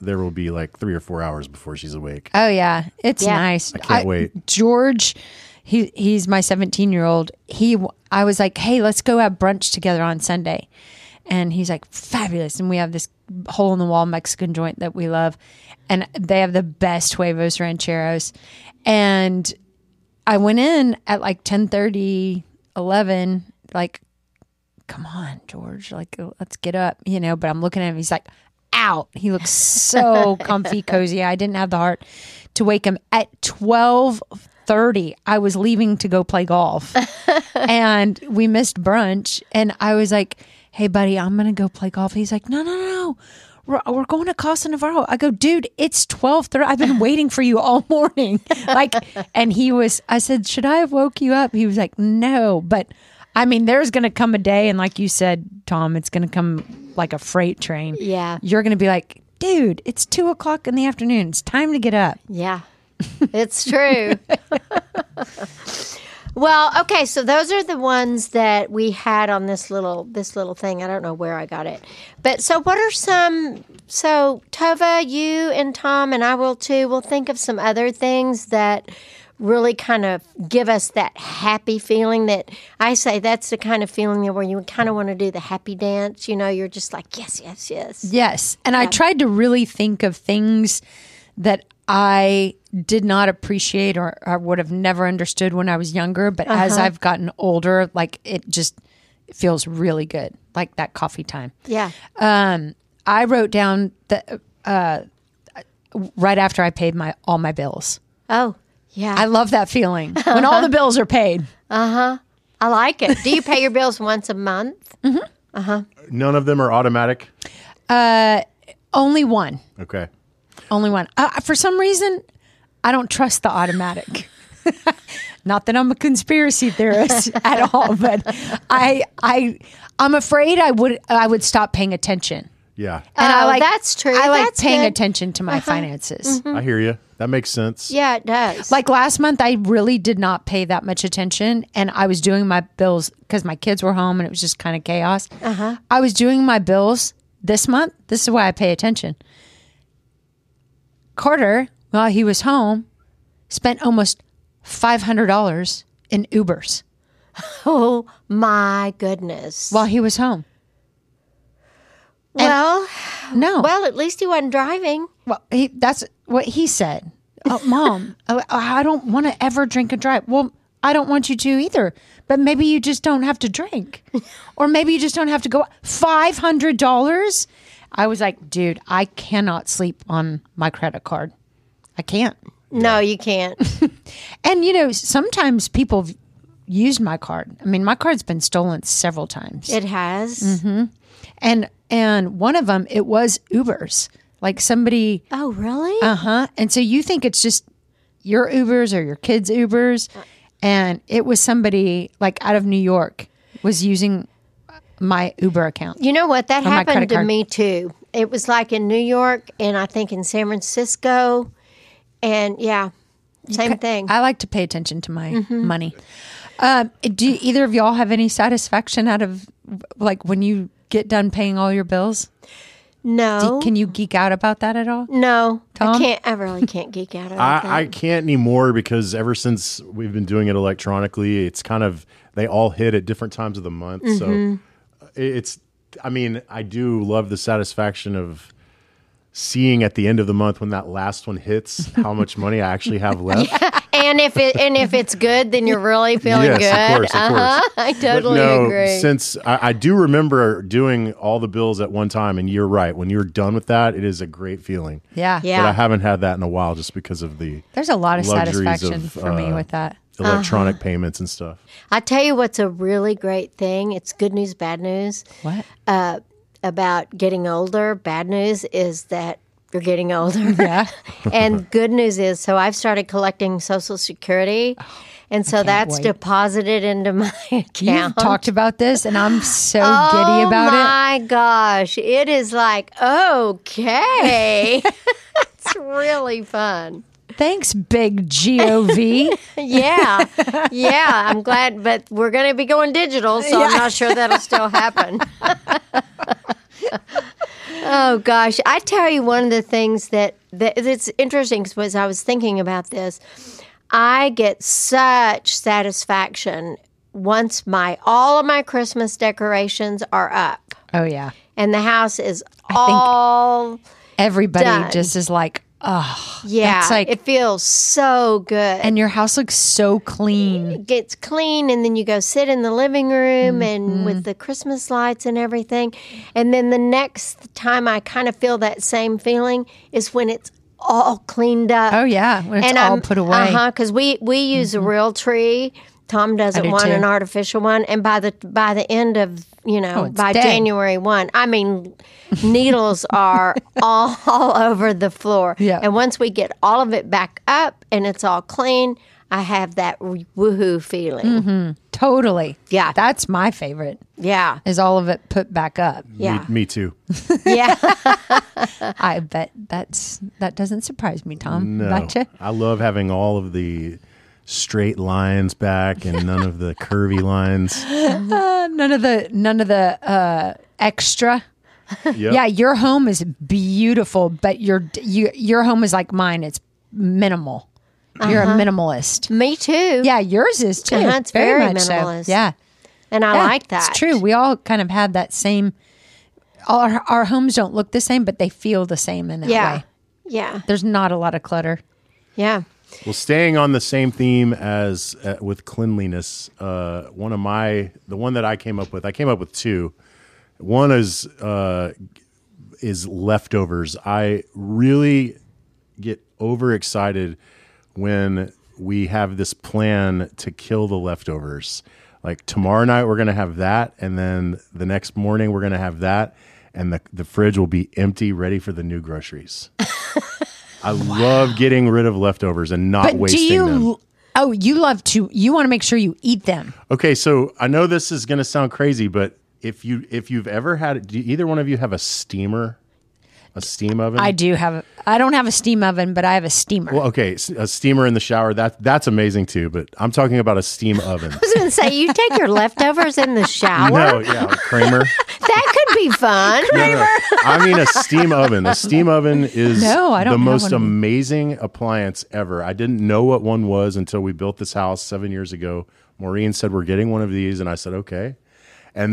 [SPEAKER 3] there will be like three or four hours before she's awake.
[SPEAKER 1] Oh yeah, it's
[SPEAKER 2] Yeah.
[SPEAKER 1] nice. I
[SPEAKER 3] can't wait.
[SPEAKER 1] George, he he's my 17 year old. He w- I was like, hey, let's go have brunch together on Sunday, and he's like, fabulous. And we have this hole in the wall Mexican joint that we love, and they have the best huevos rancheros, and I went in at like 10 11 like come on George like uh, let's get up you know but I'm looking at him he's like out he looks so comfy cozy I didn't have the heart to wake him at 12:30 I was leaving to go play golf and we missed brunch and I was like hey buddy I'm going to go play golf he's like no no no we're, we're going to Casa Navarro. I go, dude, it's 12.30. I've been waiting for you all morning. Like, and he was, I said, should I have woke you up? He was like, no. But I mean, there's going to come a day. And like you said, Tom, it's going to come like a freight train.
[SPEAKER 2] Yeah.
[SPEAKER 1] You're going to be like, dude, it's two o'clock in the afternoon. It's time to get up.
[SPEAKER 2] Yeah. It's true. [LAUGHS] well, okay, so those are the ones that we had on this little this little thing. I don't know where I got it. But so what are some so Tova, you and Tom and I will too. We'll think of some other things that really kind of give us that happy feeling that I say that's the kind of feeling where you kind of want to do the happy dance, you know, you're just like yes, yes, yes.
[SPEAKER 1] Yes. And I tried to really think of things that I did not appreciate or, or would have never understood when I was younger. But as I've gotten older, like it just feels really good, like that coffee time.
[SPEAKER 2] Yeah.
[SPEAKER 1] Um, I wrote down the, uh, right after I paid my all my bills.
[SPEAKER 2] Oh, yeah.
[SPEAKER 1] I love that feeling when all the bills are paid.
[SPEAKER 2] I like it. Do you pay your bills once a month?
[SPEAKER 3] None of them are automatic.
[SPEAKER 1] Only one.
[SPEAKER 3] Okay.
[SPEAKER 1] Only one. Uh, for some reason, I don't trust the automatic. [LAUGHS] Not that I'm a conspiracy
[SPEAKER 2] [LAUGHS]
[SPEAKER 1] theorist at all, but I I I'm afraid I would I would stop paying attention.
[SPEAKER 3] Yeah,
[SPEAKER 1] And I
[SPEAKER 2] Oh,
[SPEAKER 1] like
[SPEAKER 2] that's true.
[SPEAKER 1] I like
[SPEAKER 2] That's
[SPEAKER 1] paying
[SPEAKER 2] good. Uh-huh.
[SPEAKER 1] attention to my finances.
[SPEAKER 3] I hear you. That makes sense.
[SPEAKER 2] Yeah, it does.
[SPEAKER 1] Like last month, I really did not pay that much attention, and I was doing my bills because my kids were home, and it was just kind of chaos. Uh-huh. I was doing my bills this month. This is why I pay attention. Carter, while he was home, spent almost five hundred dollars in Ubers
[SPEAKER 2] oh my goodness.
[SPEAKER 1] while he was home.
[SPEAKER 2] well,
[SPEAKER 1] No, well,
[SPEAKER 2] well, at least he wasn't driving.
[SPEAKER 1] he, that's what he said. Oh, Mom, [LAUGHS] I, I don't want to ever drink and drive. Well, I don't want you to either. But maybe you just don't have to drink, or maybe you just don't have to go. Five hundred dollars. I was like, dude, I cannot sleep on my credit card. I can't.
[SPEAKER 2] No, you
[SPEAKER 1] [LAUGHS]
[SPEAKER 2] can't.
[SPEAKER 1] And you know, sometimes people have used my card. I mean, my card's been stolen several times.
[SPEAKER 2] It has.
[SPEAKER 1] Mm-hmm. and and one of them it was Ubers. Like somebody
[SPEAKER 2] Oh, really?
[SPEAKER 1] Uh huh. And so you think it's just your Ubers or your kids' Ubers, and it was somebody like out of New York was using my Uber account.
[SPEAKER 2] You know what? That
[SPEAKER 1] my credit
[SPEAKER 2] happened to
[SPEAKER 1] card.
[SPEAKER 2] me too. It was like in New York and I think in San Francisco. And yeah, same thing.
[SPEAKER 1] I like to pay attention to my
[SPEAKER 2] Mm-hmm.
[SPEAKER 1] money. Um, do either of y'all have any satisfaction out of like when you get done paying all your bills?
[SPEAKER 2] no.
[SPEAKER 1] Can you geek out about that at all?
[SPEAKER 2] no. I
[SPEAKER 1] Tom?
[SPEAKER 2] can't. I really can't
[SPEAKER 1] [LAUGHS]
[SPEAKER 2] geek out about that.
[SPEAKER 3] I, I can't anymore because ever since we've been doing it electronically, it's kind of they all hit at different times of the month.
[SPEAKER 1] Mm-hmm.
[SPEAKER 3] So it- it's, I mean, I do love the satisfaction of seeing at the end of the month when that last one hits how much money I
[SPEAKER 1] [LAUGHS]
[SPEAKER 3] actually have left.
[SPEAKER 2] and if it and if it's good, then you're really feeling
[SPEAKER 3] Yes, of
[SPEAKER 2] good.
[SPEAKER 3] course, of course.
[SPEAKER 2] Uh-huh. [LAUGHS] I
[SPEAKER 3] But
[SPEAKER 2] totally
[SPEAKER 3] no,
[SPEAKER 2] agree.
[SPEAKER 3] since I, I do remember doing all the bills at one time, and you're right. When you're done with that, it is a great feeling.
[SPEAKER 1] Yeah.
[SPEAKER 2] Yeah.
[SPEAKER 3] But I haven't had that in a while, just because of the
[SPEAKER 1] There's a lot of
[SPEAKER 3] Luxuries
[SPEAKER 1] satisfaction
[SPEAKER 3] of,
[SPEAKER 1] for me
[SPEAKER 3] uh,
[SPEAKER 1] with that.
[SPEAKER 3] electronic payments and stuff.
[SPEAKER 2] I tell you what's a really great thing. It's good news, bad news
[SPEAKER 1] What?
[SPEAKER 2] about getting older. Bad news is that you're getting older.
[SPEAKER 1] [LAUGHS]
[SPEAKER 2] [LAUGHS]
[SPEAKER 1] Yeah.
[SPEAKER 2] and good news is, so I've started collecting Social Security, and so that's
[SPEAKER 1] Oh, wait.
[SPEAKER 2] deposited into my account.
[SPEAKER 1] You've talked about this, and I'm so giddy about
[SPEAKER 2] oh
[SPEAKER 1] it.
[SPEAKER 2] my gosh, it is like
[SPEAKER 1] [LAUGHS]
[SPEAKER 2] okay, [LAUGHS] it's really fun.
[SPEAKER 1] Thanks, big GOV.
[SPEAKER 2] Yeah,
[SPEAKER 1] [LAUGHS]
[SPEAKER 2] yeah, I'm glad, but we're going to be going digital, so I'm not sure that'll still happen. [LAUGHS] oh gosh, I tell you, one of the things that that that's interesting was I was thinking about this. I get such satisfaction once my all of my Christmas decorations are up
[SPEAKER 1] oh, yeah.
[SPEAKER 2] and the house is all
[SPEAKER 1] Everybody
[SPEAKER 2] Done.
[SPEAKER 1] just is like, oh,
[SPEAKER 2] yeah.
[SPEAKER 1] that's like-
[SPEAKER 2] it feels so good.
[SPEAKER 1] and your house looks so clean.
[SPEAKER 2] it gets clean and then you go sit in the living room and with the christmas lights and everything and then the next time i kind of feel that same feeling is when it's all cleaned up
[SPEAKER 1] Oh, yeah. When it's
[SPEAKER 2] and
[SPEAKER 1] all
[SPEAKER 2] I'm-
[SPEAKER 1] put away.
[SPEAKER 2] uh-huh because we we use a real tree tom doesn't
[SPEAKER 1] do
[SPEAKER 2] want
[SPEAKER 1] too.
[SPEAKER 2] an artificial one and by the by the end of you know
[SPEAKER 1] it's
[SPEAKER 2] by
[SPEAKER 1] dead.
[SPEAKER 2] january 1 i mean needles are all, over the floor
[SPEAKER 1] Yeah.
[SPEAKER 2] and once we get all of it back up and it's all clean i have that woohoo feeling
[SPEAKER 1] Totally.
[SPEAKER 2] Yeah.
[SPEAKER 1] That's my favorite,
[SPEAKER 2] yeah
[SPEAKER 1] is all of it put back up.
[SPEAKER 2] yeah
[SPEAKER 3] Me,
[SPEAKER 1] [LAUGHS]
[SPEAKER 3] me too.
[SPEAKER 2] yeah [LAUGHS]
[SPEAKER 1] I bet that's that doesn't surprise me, Tom.
[SPEAKER 3] No,
[SPEAKER 1] Gotcha.
[SPEAKER 3] I love having all of the straight lines back and none of the curvy
[SPEAKER 1] [LAUGHS]
[SPEAKER 3] lines.
[SPEAKER 1] Uh, [LAUGHS] none of the none of the uh, extra. Yeah, your home is beautiful, but your you, your home is like mine. It's minimal. You're a minimalist.
[SPEAKER 2] me too
[SPEAKER 1] Yeah, yours is too.
[SPEAKER 2] Uh-huh, it's very
[SPEAKER 1] much so.
[SPEAKER 2] minimalist.
[SPEAKER 1] Yeah.
[SPEAKER 2] and i
[SPEAKER 1] Yeah,
[SPEAKER 2] like that
[SPEAKER 1] It's true. We all kind of had that same. Our our homes don't look the same, but they feel the same in that
[SPEAKER 2] yeah
[SPEAKER 1] way.
[SPEAKER 2] yeah
[SPEAKER 1] There's not a lot of clutter.
[SPEAKER 2] yeah
[SPEAKER 3] Well, staying on the same theme as uh, with cleanliness, uh, one of my the one that I came up with, I came up with two. One is uh, is leftovers. I really get overexcited when we have this plan to kill the leftovers. Like tomorrow night, we're gonna have that, and then the next morning, we're gonna have that, and the the fridge will be empty, ready for the new [LAUGHS] groceries. I love getting rid of leftovers and not
[SPEAKER 1] But do
[SPEAKER 3] wasting
[SPEAKER 1] you?
[SPEAKER 3] them.
[SPEAKER 1] Oh, you love to. You want to make sure you eat them.
[SPEAKER 3] Okay, so I know this is going to sound crazy, but if you if you've ever had, do either one of you have a steamer, a steam oven?
[SPEAKER 1] I do have. A, I don't have a steam oven, but I have a steamer.
[SPEAKER 3] Well, okay, s- a steamer in the shower that that's amazing too. But I'm talking about a steam oven.
[SPEAKER 2] I was going to say, you take [LAUGHS] your leftovers in the shower.
[SPEAKER 3] no, yeah, Kramer.
[SPEAKER 2] That could be fun.
[SPEAKER 3] No, no. I mean a steam oven. A steam oven is
[SPEAKER 1] No, I don't
[SPEAKER 3] the
[SPEAKER 1] have
[SPEAKER 3] most
[SPEAKER 1] one.
[SPEAKER 3] amazing appliance ever. I didn't know what one was until we built this house seven years ago. Maureen said we're getting one of these, and I said okay. And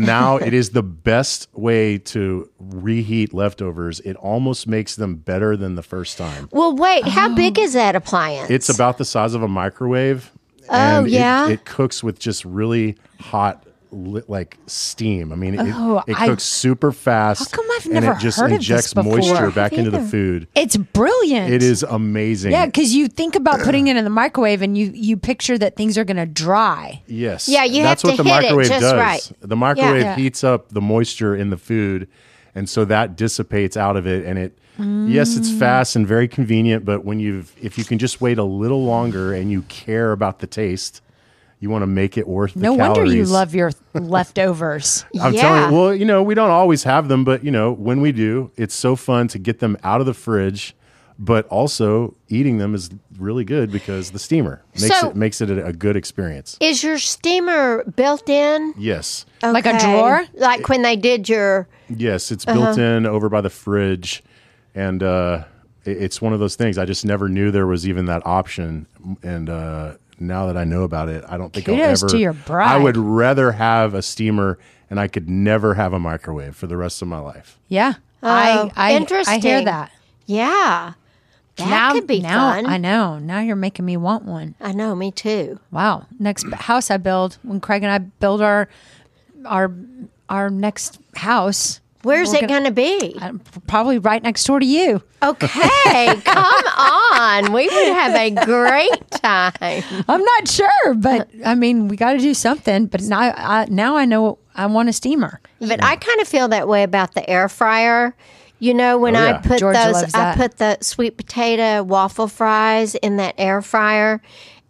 [SPEAKER 1] [LAUGHS]
[SPEAKER 3] now it is the best way to reheat leftovers. It almost makes them better than the first time.
[SPEAKER 2] Well, wait, how
[SPEAKER 1] Oh.
[SPEAKER 2] big is that appliance?
[SPEAKER 3] It's about the size of a microwave. Oh it-
[SPEAKER 2] yeah?
[SPEAKER 3] it, cooks with just really hot, li- like steam. I mean, it, it
[SPEAKER 1] Oh, I-
[SPEAKER 3] cooks super fast.
[SPEAKER 1] How come I've
[SPEAKER 3] and
[SPEAKER 1] never
[SPEAKER 3] it just
[SPEAKER 1] heard of this
[SPEAKER 3] injects
[SPEAKER 1] before?
[SPEAKER 3] moisture
[SPEAKER 1] I've
[SPEAKER 3] back into the food.
[SPEAKER 1] It's brilliant.
[SPEAKER 3] It is amazing.
[SPEAKER 1] Yeah, because you think
[SPEAKER 3] [CLEARS THROAT]
[SPEAKER 1] about putting it in the microwave, and you you picture that things are going to dry.
[SPEAKER 3] Yes.
[SPEAKER 2] Yeah, you
[SPEAKER 3] That's
[SPEAKER 2] have
[SPEAKER 3] what
[SPEAKER 2] to
[SPEAKER 3] the
[SPEAKER 2] hit it
[SPEAKER 3] microwave
[SPEAKER 2] just
[SPEAKER 3] does.
[SPEAKER 2] right.
[SPEAKER 3] The microwave
[SPEAKER 1] Yeah.
[SPEAKER 3] heats up the moisture in the food, and so that dissipates out of it. And it, yes,
[SPEAKER 2] Mm.
[SPEAKER 3] it's fast and very convenient. But when you've, if you can just wait a little longer and you care about the taste, you want to make it worth.
[SPEAKER 1] No
[SPEAKER 3] the
[SPEAKER 1] wonder you
[SPEAKER 3] calories.
[SPEAKER 1] love
[SPEAKER 3] [LAUGHS]
[SPEAKER 1] your leftovers.
[SPEAKER 3] I'm
[SPEAKER 2] yeah.
[SPEAKER 3] telling you, well, you know, we don't always have them, but you know, when we do, it's so fun to get them out of the fridge. But also, eating them is really good because the steamer makes
[SPEAKER 2] So-
[SPEAKER 3] it makes it a, a good experience.
[SPEAKER 2] is your steamer built in?
[SPEAKER 3] Yes,
[SPEAKER 1] Like a
[SPEAKER 2] Okay.
[SPEAKER 1] drawer?
[SPEAKER 2] Like when they did your.
[SPEAKER 3] yes, it's
[SPEAKER 1] Uh-huh.
[SPEAKER 3] built in over by the fridge, and uh, it- it's one of those things. I just never knew there was even that option, and uh, now that I know about it, I don't think I'll
[SPEAKER 1] Kudos
[SPEAKER 3] ever.
[SPEAKER 1] to your bride.
[SPEAKER 3] I would rather have a steamer, and I could never have a microwave for the rest of my life.
[SPEAKER 1] Yeah,
[SPEAKER 2] Oh,
[SPEAKER 1] I, I I hear
[SPEAKER 2] interesting.
[SPEAKER 1] that.
[SPEAKER 2] Yeah. That
[SPEAKER 1] now,
[SPEAKER 2] could be
[SPEAKER 1] now
[SPEAKER 2] fun.
[SPEAKER 1] I know. Now you're making me want one.
[SPEAKER 2] I know, me too.
[SPEAKER 1] Wow. Next house I build when Craig and I build our our our next house,
[SPEAKER 2] Where's it going to be?
[SPEAKER 1] probably right next door to you. [LAUGHS]
[SPEAKER 2] Okay, come on. We would have a great time.
[SPEAKER 1] I'm not sure,
[SPEAKER 2] [LAUGHS]
[SPEAKER 1] but I mean, we got to do something. But now, I, now I know I want a steamer.
[SPEAKER 2] But I kind of feel that way about the air fryer. You know, when
[SPEAKER 3] Oh,
[SPEAKER 2] I
[SPEAKER 3] yeah.
[SPEAKER 2] put
[SPEAKER 1] Georgia
[SPEAKER 2] those,
[SPEAKER 1] loves
[SPEAKER 2] I
[SPEAKER 1] that.
[SPEAKER 2] put the sweet potato waffle fries in that air fryer.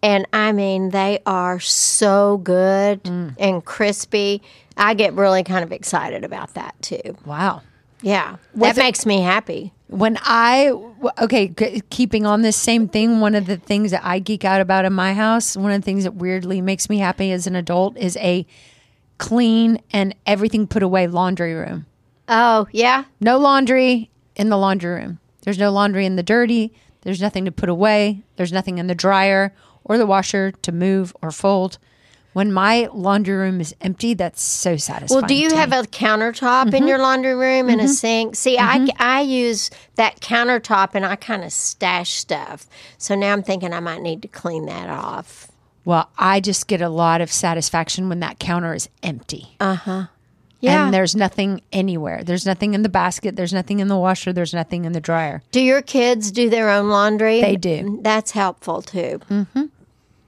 [SPEAKER 2] And I mean, they are so good
[SPEAKER 1] Mm.
[SPEAKER 2] and crispy. I get really kind of excited about that too.
[SPEAKER 1] Wow.
[SPEAKER 2] Yeah. that makes me happy.
[SPEAKER 1] When I w- okay, c- keeping on this same thing, one of the things that I geek out about in my house, one of the things that weirdly makes me happy as an adult is a clean and everything put away laundry room.
[SPEAKER 2] Oh, yeah.
[SPEAKER 1] No laundry in the laundry room. There's no laundry in the dirty. There's nothing to put away. There's nothing in the dryer or the washer to move or fold. When my laundry room is empty, that's so satisfying.
[SPEAKER 2] Well, do you
[SPEAKER 1] to
[SPEAKER 2] have
[SPEAKER 1] me.
[SPEAKER 2] a countertop
[SPEAKER 1] Mm-hmm.
[SPEAKER 2] in your laundry room and a sink? See, I, I use that countertop and I kind of stash stuff. So now I'm thinking I might need to clean that off.
[SPEAKER 1] Well, I just get a lot of satisfaction when that counter is empty.
[SPEAKER 2] Uh-huh. Yeah.
[SPEAKER 1] And there's nothing anywhere. There's nothing in the basket. There's nothing in the washer. There's nothing in the dryer.
[SPEAKER 2] do your kids do their own laundry?
[SPEAKER 1] They do.
[SPEAKER 2] That's helpful too. Mm-hmm.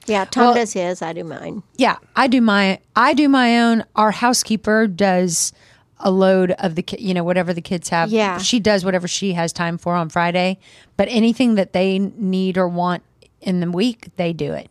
[SPEAKER 2] Yeah, Tom does his, I do mine.
[SPEAKER 1] Yeah, I do my I do my own. Our housekeeper does a load of the ki- you know whatever the kids have.
[SPEAKER 2] Yeah.
[SPEAKER 1] she does whatever she has time for on Friday. But anything that they need or want in the week, they do it.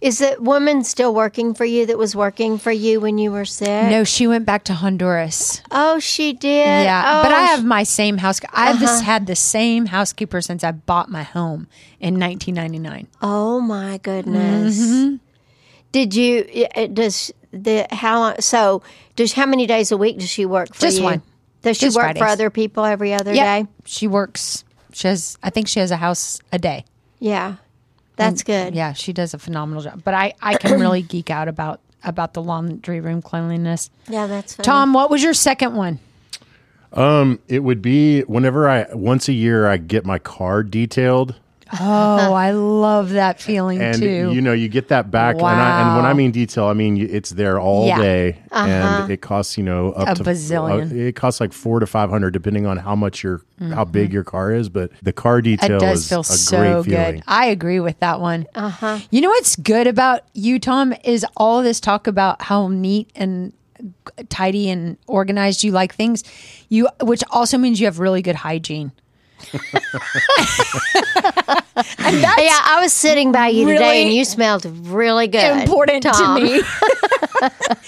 [SPEAKER 2] Is that woman still working for you that was working for you when you were sick?
[SPEAKER 1] No, she went back to Honduras.
[SPEAKER 2] Oh, she did.
[SPEAKER 1] Yeah, but I
[SPEAKER 2] Oh, sh- Uh-huh.
[SPEAKER 1] have my same house. I've just had the same housekeeper since I bought my home in 1999.
[SPEAKER 2] Oh my goodness.
[SPEAKER 1] Mm-hmm.
[SPEAKER 2] Did you uh, does the how long so does how many days a week does she work for
[SPEAKER 1] Just
[SPEAKER 2] you?
[SPEAKER 1] one.
[SPEAKER 2] Does she
[SPEAKER 1] Just
[SPEAKER 2] work for
[SPEAKER 1] Fridays.
[SPEAKER 2] other people every other
[SPEAKER 1] Yeah,
[SPEAKER 2] day?
[SPEAKER 1] she works. She has. I think she has a house a day.
[SPEAKER 2] Yeah.
[SPEAKER 1] Mm,
[SPEAKER 2] That's good.
[SPEAKER 1] Yeah, she does a phenomenal job. But I, I can [CLEARS THROAT] really geek out about about the laundry room cleanliness.
[SPEAKER 2] Yeah, that's fine.
[SPEAKER 1] Tom, what was your second one?
[SPEAKER 3] It would be whenever I once a year I get my car detailed.
[SPEAKER 1] Oh, [LAUGHS] I love that feeling
[SPEAKER 3] and
[SPEAKER 1] too.
[SPEAKER 3] you know you get that back and, I, and when i mean detail i mean you- it's there all
[SPEAKER 1] Yeah. Uh-huh.
[SPEAKER 3] day and it costs you know up
[SPEAKER 1] A
[SPEAKER 3] to
[SPEAKER 1] bazillion. Mm-hmm.
[SPEAKER 3] uh, it costs like four to five hundred depending on how much your how big your car is but the car detail
[SPEAKER 1] it does
[SPEAKER 3] is
[SPEAKER 1] feel
[SPEAKER 3] a
[SPEAKER 1] so
[SPEAKER 3] great feeling
[SPEAKER 1] good. I agree with that one. Uh-huh. You know what's good about you, Tom, is all this talk about how neat and tidy and organized you like things. You, which also means you have really good hygiene. And that's
[SPEAKER 2] Yeah, I was sitting by you
[SPEAKER 1] Really
[SPEAKER 2] today and you smelled really good.
[SPEAKER 1] important
[SPEAKER 2] Tom.
[SPEAKER 1] to [LAUGHS] me.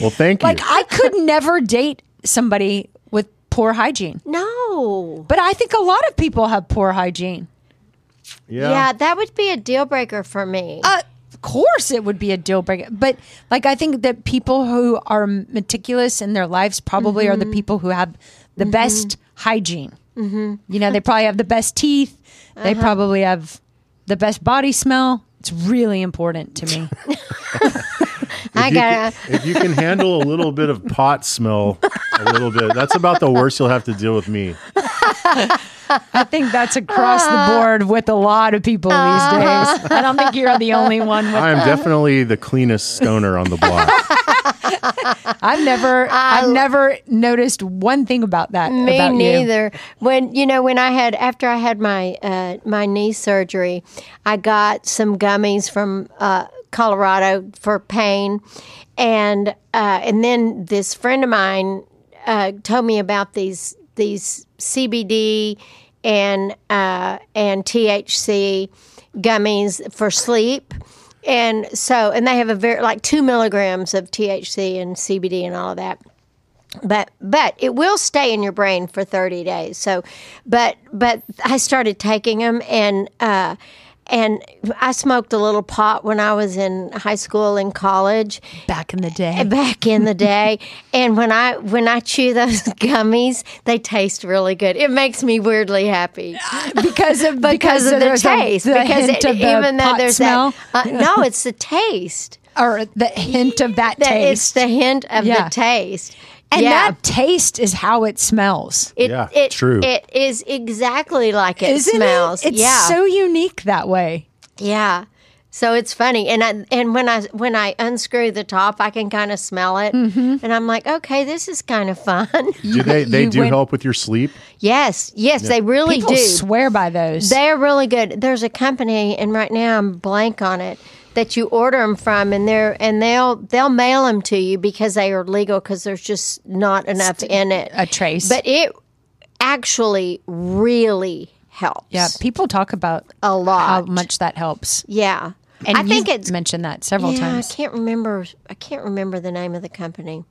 [SPEAKER 3] Well, thank you.
[SPEAKER 1] Like I could never date somebody with poor hygiene.
[SPEAKER 2] No.
[SPEAKER 1] But I think a lot of people have poor hygiene.
[SPEAKER 2] Yeah. that would be a deal breaker for me.
[SPEAKER 1] Uh, of course it would be a deal breaker. But like I think that people who are meticulous in their lives probably are the people who have the best hygiene. You know, they probably have the best teeth. They probably have the best body smell. It's really important to me.
[SPEAKER 2] I
[SPEAKER 3] you
[SPEAKER 1] uh,
[SPEAKER 2] got to
[SPEAKER 3] can- if you can handle a little bit of pot smell, a little bit, that's about the worst you'll have to deal with me.
[SPEAKER 1] I think that's across [LAUGHS] the board with a lot of people these days. I don't think you're the only one. [LAUGHS] With,
[SPEAKER 3] I am definitely the cleanest stoner on
[SPEAKER 1] [LAUGHS]
[SPEAKER 3] the block.
[SPEAKER 1] I've never, I've never noticed one thing about that.
[SPEAKER 2] Me
[SPEAKER 1] about you.
[SPEAKER 2] neither. When you know, when I had after I had my uh, my knee surgery, I got some gummies from uh, Colorado for pain, and uh, and then this friend of mine uh, told me about these these CBD and uh, and THC gummies for sleep. And so, and they have a very like two milligrams of THC and CBD and all of that but but it will stay in your brain for 30 days so but but i started taking them and uh and i smoked a little pot when i was in high school and college
[SPEAKER 1] Back in the day,
[SPEAKER 2] back in
[SPEAKER 1] [LAUGHS]
[SPEAKER 2] the day and when i when i chew those [LAUGHS] gummies they taste really good it makes me weirdly happy
[SPEAKER 1] because of
[SPEAKER 2] because, of the
[SPEAKER 1] there's a-
[SPEAKER 2] taste
[SPEAKER 1] the
[SPEAKER 2] because
[SPEAKER 1] hint
[SPEAKER 2] it,
[SPEAKER 1] of the
[SPEAKER 2] even though
[SPEAKER 1] pot
[SPEAKER 2] there's
[SPEAKER 1] smell
[SPEAKER 2] that
[SPEAKER 1] [LAUGHS]
[SPEAKER 2] uh, no it's the taste
[SPEAKER 1] or the hint of that,
[SPEAKER 2] that it's
[SPEAKER 1] taste,
[SPEAKER 2] the hint of
[SPEAKER 1] Yeah.
[SPEAKER 2] the taste
[SPEAKER 1] and
[SPEAKER 2] yeah.
[SPEAKER 1] that taste is how it smells.
[SPEAKER 2] It,
[SPEAKER 3] Yeah,
[SPEAKER 2] it,
[SPEAKER 3] true.
[SPEAKER 2] It is exactly like it
[SPEAKER 1] Isn't
[SPEAKER 2] smells.
[SPEAKER 1] it? It's
[SPEAKER 2] yeah,
[SPEAKER 1] so unique that way.
[SPEAKER 2] yeah. So it's funny, and I, and when I when I unscrew the top, I can kind of smell it,
[SPEAKER 1] Mm-hmm.
[SPEAKER 2] and I'm like, okay, this is kind of fun. [LAUGHS]
[SPEAKER 3] Do they? They
[SPEAKER 1] you
[SPEAKER 3] do
[SPEAKER 1] went-
[SPEAKER 3] help with your sleep.
[SPEAKER 2] yes, yes, they really
[SPEAKER 1] People
[SPEAKER 2] do.
[SPEAKER 1] swear by those.
[SPEAKER 2] They're really good. There's a company, and right now I'm blank on it that you order them from, and they're and they'll they'll mail them to you because they are legal because there's just not enough in it.
[SPEAKER 1] a trace.
[SPEAKER 2] but it actually really helps.
[SPEAKER 1] yeah, people talk about
[SPEAKER 2] A lot.
[SPEAKER 1] how much that helps.
[SPEAKER 2] Yeah.
[SPEAKER 1] And
[SPEAKER 2] I
[SPEAKER 1] you
[SPEAKER 2] think it's
[SPEAKER 1] mentioned that several
[SPEAKER 2] yeah,
[SPEAKER 1] times.
[SPEAKER 2] I can't remember I can't remember the name of the company.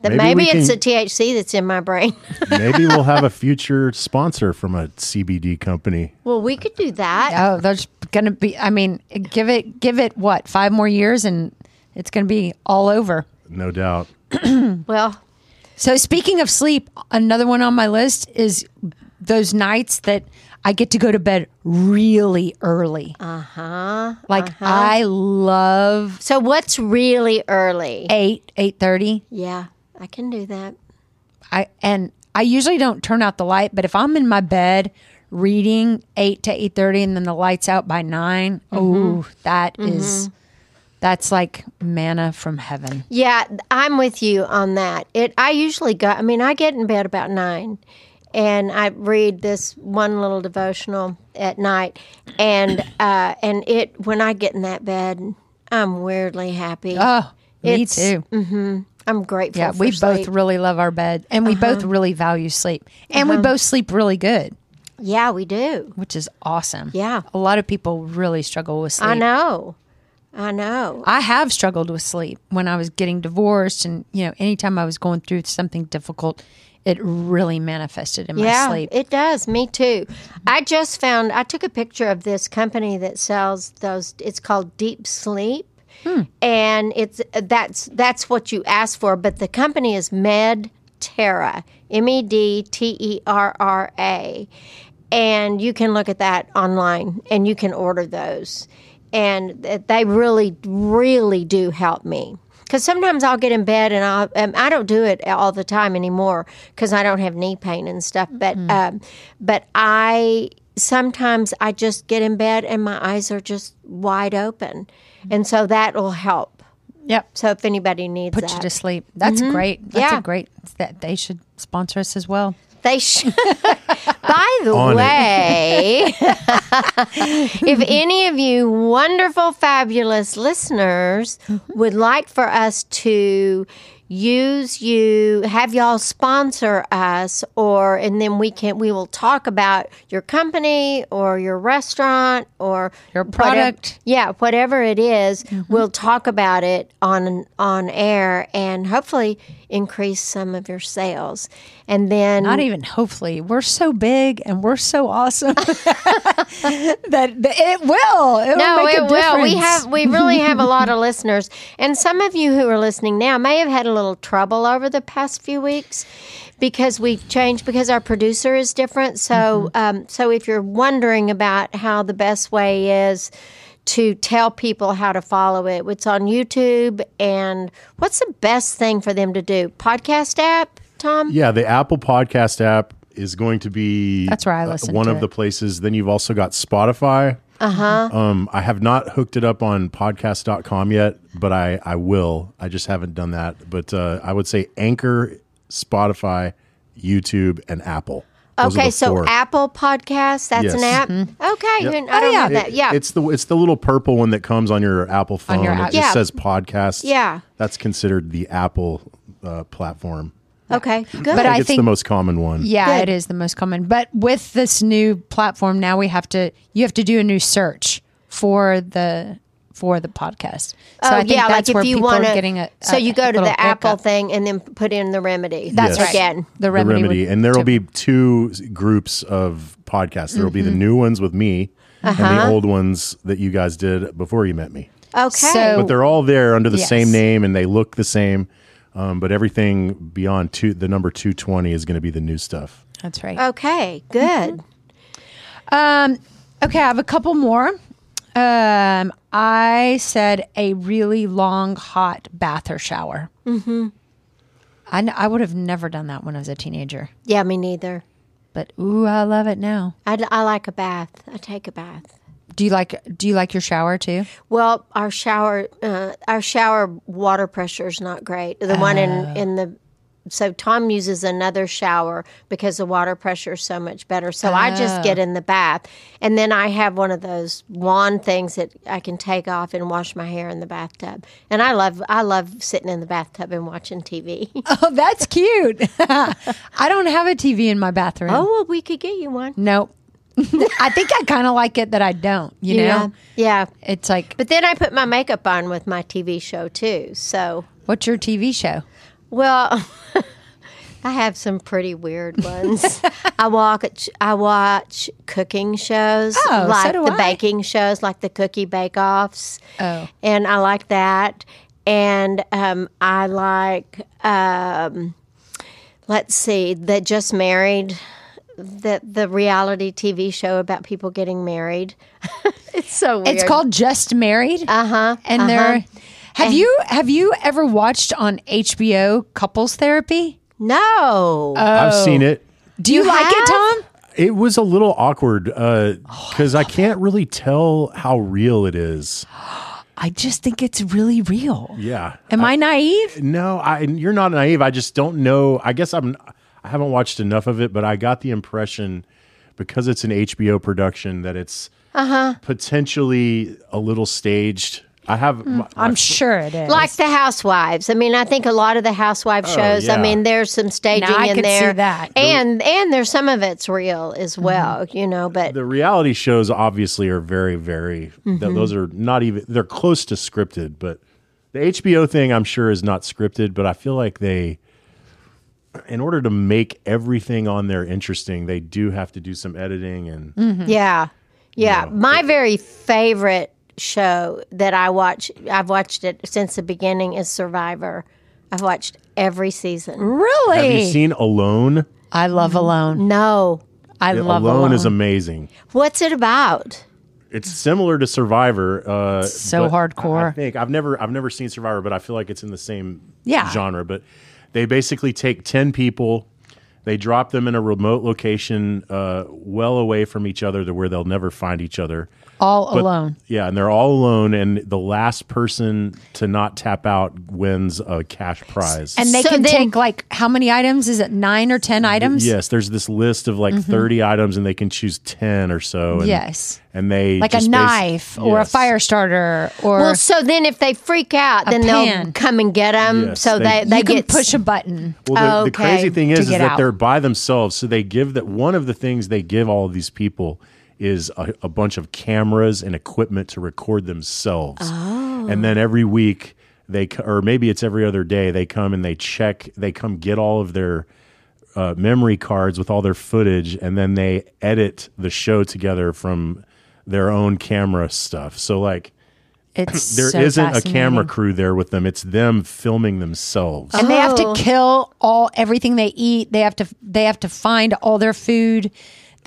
[SPEAKER 2] That
[SPEAKER 3] Maybe
[SPEAKER 2] maybe,
[SPEAKER 3] we
[SPEAKER 2] it's
[SPEAKER 3] can-
[SPEAKER 2] the THC that's in my brain. [LAUGHS]
[SPEAKER 3] Maybe we'll have a future sponsor from a CBD company.
[SPEAKER 2] well, we could do that.
[SPEAKER 1] Oh, there's gonna be. I mean, give it, give it what five more years, and it's gonna be all over.
[SPEAKER 3] No doubt.
[SPEAKER 2] Well,
[SPEAKER 1] So speaking of sleep, another one on my list is those nights that I get to go to bed really early. Uh huh. Like I love
[SPEAKER 2] so what's really early?
[SPEAKER 1] eight, eight thirty.
[SPEAKER 2] Yeah, I can do that.
[SPEAKER 1] I and I usually don't turn out the light, but if I'm in my bed reading eight to eight thirty, and then the lights out by 9 oh, that is that's like manna from heaven.
[SPEAKER 2] Yeah, I'm with you on that. It I usually go I mean, I get in bed about 9 and I read this one little devotional at night and uh and it when I get in that bed, I'm weirdly happy.
[SPEAKER 1] Oh, me
[SPEAKER 2] It's-
[SPEAKER 1] too.
[SPEAKER 2] I'm grateful
[SPEAKER 1] Yeah,
[SPEAKER 2] for Uh-huh.
[SPEAKER 1] we
[SPEAKER 2] sleep.
[SPEAKER 1] both really love our bed, and we both really value sleep, and
[SPEAKER 2] Uh-huh.
[SPEAKER 1] we both sleep really good,
[SPEAKER 2] Yeah, we do.
[SPEAKER 1] which is awesome.
[SPEAKER 2] Yeah.
[SPEAKER 1] a lot of people really struggle with sleep.
[SPEAKER 2] I know. I know.
[SPEAKER 1] I have struggled with sleep when I was getting divorced, and you know, anytime I was going through something difficult, it really manifested in
[SPEAKER 2] Yeah,
[SPEAKER 1] my sleep.
[SPEAKER 2] it does. Me too. I just found I took a picture of this company that sells those it's called Deep Sleep.
[SPEAKER 1] Hmm.
[SPEAKER 2] And it's that's that's what you ask for, but the company is Med Terra. M E D T E R R A. And you can look at that online and you can order those. and th- they really, really do help me. Because sometimes I'll get in bed and I um, I don't do it all the time anymore because I don't have knee pain and stuff. But
[SPEAKER 1] Mm-hmm.
[SPEAKER 2] um, but I sometimes I just get in bed and my eyes are just wide open, and so that will help.
[SPEAKER 1] Yep,
[SPEAKER 2] So if anybody needs
[SPEAKER 1] Mm-hmm. put
[SPEAKER 2] that,
[SPEAKER 1] you to sleep. That's great. That's
[SPEAKER 2] Mm-hmm. Yeah.
[SPEAKER 1] a great. That they should sponsor us as well.
[SPEAKER 2] They should. [LAUGHS] By the
[SPEAKER 3] On it.
[SPEAKER 2] way, [LAUGHS] if any of you wonderful, fabulous listeners would like for us to use you have y'all sponsor us or and then we can we will talk about your company or your restaurant or
[SPEAKER 1] Your product. Mm-hmm.
[SPEAKER 2] whatever, yeah whatever it is, we'll talk about it on on air and hopefully increase some of your sales and then
[SPEAKER 1] Not even hopefully. We're so big and we're so awesome [LAUGHS] that that it will. It will
[SPEAKER 2] no,
[SPEAKER 1] make
[SPEAKER 2] it
[SPEAKER 1] a
[SPEAKER 2] will. We
[SPEAKER 1] difference.
[SPEAKER 2] have we really have a lot of [LAUGHS] listeners, and some of you who are listening now may have had a little trouble over the past few weeks because we changed because our producer is different. So,
[SPEAKER 3] Mm-hmm.
[SPEAKER 2] um, so if you're wondering about how the best way is to tell people how to follow it, it's on YouTube. And what's the best thing for them to do? Podcast app, Tom.
[SPEAKER 3] Yeah, the Apple Podcast app is going to be
[SPEAKER 1] That's where I
[SPEAKER 3] uh,
[SPEAKER 1] listen
[SPEAKER 3] one
[SPEAKER 1] to
[SPEAKER 3] of
[SPEAKER 1] it.
[SPEAKER 3] the places. Then you've also got Spotify. Uh-huh. Um I have not hooked it up on podcast.com yet, but I I will. I just haven't done that. But uh I would say Anchor, Spotify, YouTube and Apple. Those are
[SPEAKER 2] Okay,
[SPEAKER 3] the
[SPEAKER 2] so
[SPEAKER 3] four.
[SPEAKER 2] Apple Podcasts, that's
[SPEAKER 3] Yes. Mm-hmm.
[SPEAKER 2] an app. Okay, you- I
[SPEAKER 1] Oh,
[SPEAKER 2] don't
[SPEAKER 1] yeah.
[SPEAKER 2] know that.
[SPEAKER 3] It-
[SPEAKER 2] Yeah,
[SPEAKER 3] It's the it's the little purple one that comes on your Apple phone.
[SPEAKER 1] your
[SPEAKER 3] it
[SPEAKER 1] app.
[SPEAKER 3] just
[SPEAKER 2] Yeah.
[SPEAKER 3] says podcast.
[SPEAKER 2] Yeah.
[SPEAKER 3] That's considered the Apple uh, platform.
[SPEAKER 2] okay, good.
[SPEAKER 1] But I
[SPEAKER 3] it's
[SPEAKER 1] think-
[SPEAKER 3] the most common one.
[SPEAKER 1] Yeah,
[SPEAKER 2] Good.
[SPEAKER 1] it is the most common. But with this new platform now we have to you have to do a new search for the for the podcast. So
[SPEAKER 2] Oh,
[SPEAKER 1] I think that's where people
[SPEAKER 2] wanna-
[SPEAKER 1] are getting a,
[SPEAKER 2] so
[SPEAKER 1] a
[SPEAKER 2] you go to
[SPEAKER 1] little
[SPEAKER 2] the Apple
[SPEAKER 1] hiccup.
[SPEAKER 2] thing and then put in the remedy.
[SPEAKER 1] That's
[SPEAKER 3] Yes.
[SPEAKER 1] right.
[SPEAKER 2] again.
[SPEAKER 1] The
[SPEAKER 3] The
[SPEAKER 1] remedy,
[SPEAKER 3] remedy,
[SPEAKER 1] would-
[SPEAKER 3] and there will be two s- groups of podcasts. There will
[SPEAKER 1] Mm-hmm.
[SPEAKER 3] be the new ones with me and
[SPEAKER 1] Uh-huh.
[SPEAKER 3] the old ones that you guys did before you met me.
[SPEAKER 2] Okay.
[SPEAKER 1] So-
[SPEAKER 3] But they're all there under the
[SPEAKER 1] Yes.
[SPEAKER 3] same name and they look the same. Um, but everything beyond two, the number two twenty is going to be the new stuff.
[SPEAKER 1] That's right.
[SPEAKER 2] okay, good.
[SPEAKER 1] Um, okay, I have a couple more. Um, I said a really long, hot bath or shower. Mm-hmm. I, kn- I would have never done that when I was a teenager,
[SPEAKER 2] Yeah, me neither.
[SPEAKER 1] but ooh, I love it now.
[SPEAKER 2] I, I like a bath. I take a bath.
[SPEAKER 1] Do you like Do you like your shower too?
[SPEAKER 2] Well, our shower, uh, our shower water pressure is not great. The one in in the so Tom uses another shower because the water pressure is so much better. So I just get in the bath, and then I have one of those wand things that I can take off and wash my hair in the bathtub. And I love I love sitting in the bathtub and watching TV. [LAUGHS] oh
[SPEAKER 1] [LAUGHS] Oh, that's cute. [LAUGHS] I don't have a TV in my bathroom.
[SPEAKER 2] Oh, well, we could get you one.
[SPEAKER 1] no. [LAUGHS] I think I kind of like it that I don't. You
[SPEAKER 2] yeah,
[SPEAKER 1] know,
[SPEAKER 2] yeah.
[SPEAKER 1] it's like
[SPEAKER 2] But then I put my makeup on with my TV show too. So
[SPEAKER 1] what's your TV show?
[SPEAKER 2] Well, [LAUGHS] I have some pretty weird ones. I watch I watch cooking shows,
[SPEAKER 1] Oh, so
[SPEAKER 2] like
[SPEAKER 1] do
[SPEAKER 2] the
[SPEAKER 1] I.
[SPEAKER 2] baking shows, like the Cookie Bake Offs.
[SPEAKER 1] Oh.
[SPEAKER 2] and I like that. And um, I like, um, let's see, the Just Married, the the reality TV show about people getting married. [LAUGHS] it's so weird.
[SPEAKER 1] It's called Just Married. Uh huh.
[SPEAKER 2] Uh-huh,
[SPEAKER 1] And they're have you have you ever watched on HBO Couples Therapy? Oh,
[SPEAKER 2] no.
[SPEAKER 3] I've seen it.
[SPEAKER 1] Do you,
[SPEAKER 2] You
[SPEAKER 1] like it,
[SPEAKER 2] have?
[SPEAKER 1] Tom?
[SPEAKER 3] It was a little awkward
[SPEAKER 1] Oh,
[SPEAKER 3] because I can't really tell how real it is.
[SPEAKER 1] I just think it's really real.
[SPEAKER 3] Yeah.
[SPEAKER 1] Am I naive?
[SPEAKER 3] No, I and you're not naive. I just don't know. I guess I'm I haven't watched enough of it, but I got the impression because it's an HBO production that it's potentially a little staged. I have my-
[SPEAKER 1] I'm sure it is.
[SPEAKER 2] like the housewives i mean i think a lot of the housewives shows i
[SPEAKER 3] Oh, yeah.
[SPEAKER 2] mean there's some staging
[SPEAKER 1] Now, I
[SPEAKER 2] in
[SPEAKER 1] could see
[SPEAKER 2] there
[SPEAKER 1] that. Mm-hmm.
[SPEAKER 2] and and there's some of it's real as well you know but
[SPEAKER 3] the reality shows obviously are very very th- those are not even they're close to scripted, but the HBO thing I'm sure is not scripted, but I feel like they in order to make everything on there interesting, they do have to do some editing and
[SPEAKER 2] Mm-hmm. yeah yeah my very favorite show that i watch i've watched it since the beginning is survivor i've watched every season
[SPEAKER 1] really?
[SPEAKER 3] have you seen Alone?
[SPEAKER 1] I love Alone.
[SPEAKER 2] no
[SPEAKER 1] I love
[SPEAKER 3] alone,
[SPEAKER 1] Alone.
[SPEAKER 3] is amazing.
[SPEAKER 2] what's it about
[SPEAKER 3] It's similar to Survivor. Uh,
[SPEAKER 1] So
[SPEAKER 3] but I-
[SPEAKER 1] hardcore.
[SPEAKER 3] I think I've never I've never seen Survivor, but I feel like it's in the same
[SPEAKER 1] Yeah.
[SPEAKER 3] genre. But they basically take ten people, they drop them in a remote location, uh, well away from each other, to where they'll never find each other.
[SPEAKER 1] all
[SPEAKER 3] But-
[SPEAKER 1] alone.
[SPEAKER 3] Yeah, and they're all alone, and the last person to not tap out wins a cash prize.
[SPEAKER 1] And they
[SPEAKER 2] So
[SPEAKER 1] can
[SPEAKER 2] then-
[SPEAKER 1] take like how many items? Is it nine or ten items? Mm-hmm.
[SPEAKER 3] yes, there's this list of like 30 items, and they can choose 10 or so. And,
[SPEAKER 1] Yes.
[SPEAKER 3] and they
[SPEAKER 1] Like
[SPEAKER 3] just
[SPEAKER 1] a
[SPEAKER 3] bas-
[SPEAKER 1] knife or a
[SPEAKER 3] Yes.
[SPEAKER 1] fire starter or
[SPEAKER 2] Well, so then if they freak out, then
[SPEAKER 1] pan.
[SPEAKER 2] they'll come and get them.
[SPEAKER 3] Yes,
[SPEAKER 2] so
[SPEAKER 3] they-
[SPEAKER 2] they, they
[SPEAKER 1] you can
[SPEAKER 2] get
[SPEAKER 1] push a button.
[SPEAKER 3] Well, the, the
[SPEAKER 2] Okay,
[SPEAKER 3] crazy thing
[SPEAKER 1] to
[SPEAKER 3] is, is
[SPEAKER 1] get
[SPEAKER 3] that
[SPEAKER 1] out.
[SPEAKER 3] they're by themselves. So they give that one of the things they give all of these people is a, a bunch of cameras and equipment to record themselves.
[SPEAKER 1] Oh.
[SPEAKER 3] And then every week they, c- or maybe it's every other day, they come and they check, they come get all of their uh, memory cards with all their footage and then they edit the show together from their own camera stuff. So, like,
[SPEAKER 1] It's
[SPEAKER 3] [CLEARS THROAT] there
[SPEAKER 1] so
[SPEAKER 3] not a camera
[SPEAKER 1] fascinating.
[SPEAKER 3] crew there with them, it's them filming themselves.
[SPEAKER 1] and they have to
[SPEAKER 2] Oh.
[SPEAKER 1] kill all everything they eat. They have to they have to find all their food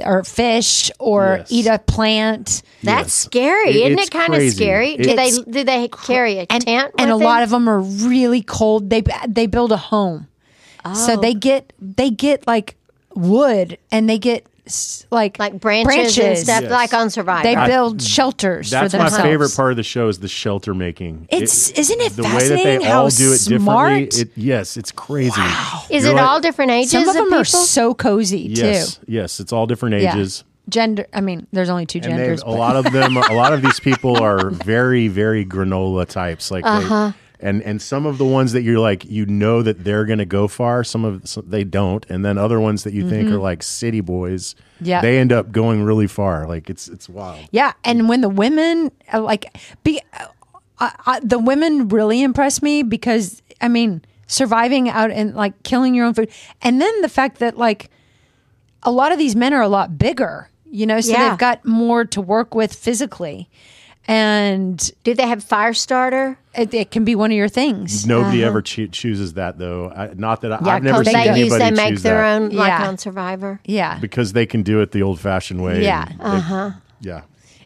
[SPEAKER 1] or fish or
[SPEAKER 3] Yes.
[SPEAKER 1] eat a plant.
[SPEAKER 2] That's
[SPEAKER 3] Yes.
[SPEAKER 2] scary,
[SPEAKER 3] It-
[SPEAKER 2] is isn't
[SPEAKER 3] it's
[SPEAKER 2] it? Kind of
[SPEAKER 3] crazy.
[SPEAKER 2] scary. Do
[SPEAKER 3] It's-
[SPEAKER 2] they do they carry a tent?
[SPEAKER 1] and a
[SPEAKER 2] with
[SPEAKER 1] lot
[SPEAKER 2] them?
[SPEAKER 1] of them are really cold. They they build a home, so they get they get like wood and they get s- like
[SPEAKER 2] like branches, and stuff
[SPEAKER 3] Yes.
[SPEAKER 2] like on Survivor.
[SPEAKER 1] They build shelters
[SPEAKER 3] That's
[SPEAKER 1] for
[SPEAKER 3] my
[SPEAKER 1] themselves.
[SPEAKER 3] favorite part of the show is the shelter making.
[SPEAKER 1] It's- isn't it
[SPEAKER 3] the way that they
[SPEAKER 1] fascinating
[SPEAKER 3] all
[SPEAKER 1] how
[SPEAKER 3] do it
[SPEAKER 1] smart?
[SPEAKER 3] differently? It, yes, it's crazy.
[SPEAKER 2] Is
[SPEAKER 3] You're
[SPEAKER 2] it
[SPEAKER 3] like-
[SPEAKER 2] all different ages?
[SPEAKER 1] Some of them
[SPEAKER 2] people?
[SPEAKER 1] are so cozy
[SPEAKER 3] Yes,
[SPEAKER 1] too.
[SPEAKER 3] yes, it's all different
[SPEAKER 1] Yeah.
[SPEAKER 3] ages.
[SPEAKER 1] Gender. I mean, there's only two
[SPEAKER 3] And they,
[SPEAKER 1] genders.
[SPEAKER 3] a
[SPEAKER 1] but-
[SPEAKER 3] lot of them, a lot of these people
[SPEAKER 1] [LAUGHS]
[SPEAKER 3] are very, very granola types. Like,
[SPEAKER 1] Uh-huh.
[SPEAKER 3] they, and and some of the ones that you're like, you know that they're gonna go far. Some of some, they don't, and then other ones that you think are like city boys.
[SPEAKER 1] Mm-hmm. Yeah.
[SPEAKER 3] they end up going really far. Like it's it's wild.
[SPEAKER 1] Yeah, and when the women uh, like be, uh, I, I, the women really impressed me because I mean surviving out and like killing your own food, and then the fact that like a lot of these men are a lot bigger, you know, so
[SPEAKER 2] Yeah.
[SPEAKER 1] they've got more to work with physically, and
[SPEAKER 2] Do they have fire starter?
[SPEAKER 1] it, it can be one of your things.
[SPEAKER 3] Nobody ever cho- chooses that though. I, not that I,
[SPEAKER 2] Yeah,
[SPEAKER 3] I've never
[SPEAKER 2] 'cause
[SPEAKER 3] seen
[SPEAKER 2] they
[SPEAKER 3] anybody
[SPEAKER 2] use they make
[SPEAKER 3] choose
[SPEAKER 2] their
[SPEAKER 3] that.
[SPEAKER 2] own like
[SPEAKER 1] Yeah.
[SPEAKER 2] on Survivor.
[SPEAKER 1] Yeah,
[SPEAKER 3] because they can do it the old fashioned way.
[SPEAKER 1] Yeah. uh-huh.
[SPEAKER 3] Uh huh. Yeah.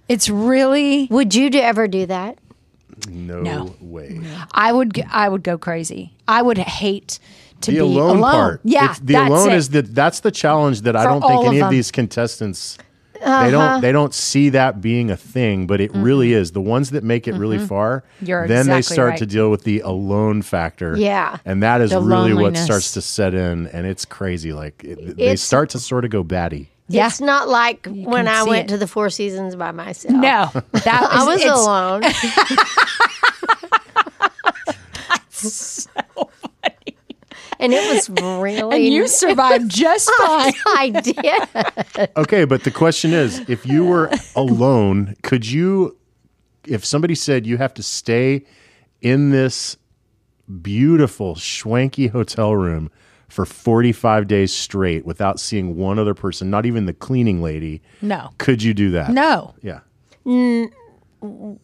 [SPEAKER 1] it's really
[SPEAKER 2] Would you do, ever do that?
[SPEAKER 3] No,
[SPEAKER 1] No.
[SPEAKER 3] way.
[SPEAKER 1] I would g- I would go crazy. I would hate to
[SPEAKER 3] The
[SPEAKER 1] be
[SPEAKER 3] alone,
[SPEAKER 1] alone.
[SPEAKER 3] part.
[SPEAKER 1] Yeah,
[SPEAKER 3] It's- the
[SPEAKER 1] that's
[SPEAKER 3] alone
[SPEAKER 1] it.
[SPEAKER 3] is that that's the challenge that I
[SPEAKER 1] For
[SPEAKER 3] don't
[SPEAKER 1] all
[SPEAKER 3] think
[SPEAKER 1] of
[SPEAKER 3] any of,
[SPEAKER 1] them. Uh-huh.
[SPEAKER 3] these contestants they don't they don't see that being a thing, but it really
[SPEAKER 1] Mm-hmm.
[SPEAKER 3] is. The ones that make it really far,
[SPEAKER 1] You're
[SPEAKER 3] then they
[SPEAKER 1] exactly
[SPEAKER 3] start
[SPEAKER 1] right.
[SPEAKER 3] to deal with the alone factor.
[SPEAKER 2] Yeah.
[SPEAKER 3] And that is
[SPEAKER 1] The
[SPEAKER 3] really
[SPEAKER 1] loneliness.
[SPEAKER 3] what starts to set in and it's crazy like it, they
[SPEAKER 2] It's-
[SPEAKER 3] start to sort of go batty.
[SPEAKER 1] Yeah.
[SPEAKER 2] It's not like when
[SPEAKER 1] can
[SPEAKER 2] I
[SPEAKER 1] see
[SPEAKER 2] went
[SPEAKER 1] it.
[SPEAKER 2] to the Four Seasons by myself.
[SPEAKER 1] No, that
[SPEAKER 2] I was
[SPEAKER 1] it's- [LAUGHS]
[SPEAKER 2] alone. [LAUGHS] And it was really
[SPEAKER 1] and you survived just
[SPEAKER 2] Oh.
[SPEAKER 1] fine.
[SPEAKER 2] [LAUGHS] I did.
[SPEAKER 3] Okay, but the question is, if you
[SPEAKER 2] [LAUGHS]
[SPEAKER 3] were alone, could you if somebody said you have to stay in this beautiful swanky hotel room for 45 days straight without seeing one other person, not even the cleaning lady,
[SPEAKER 1] No,
[SPEAKER 3] could you do that?
[SPEAKER 1] no.
[SPEAKER 3] Yeah.
[SPEAKER 2] No.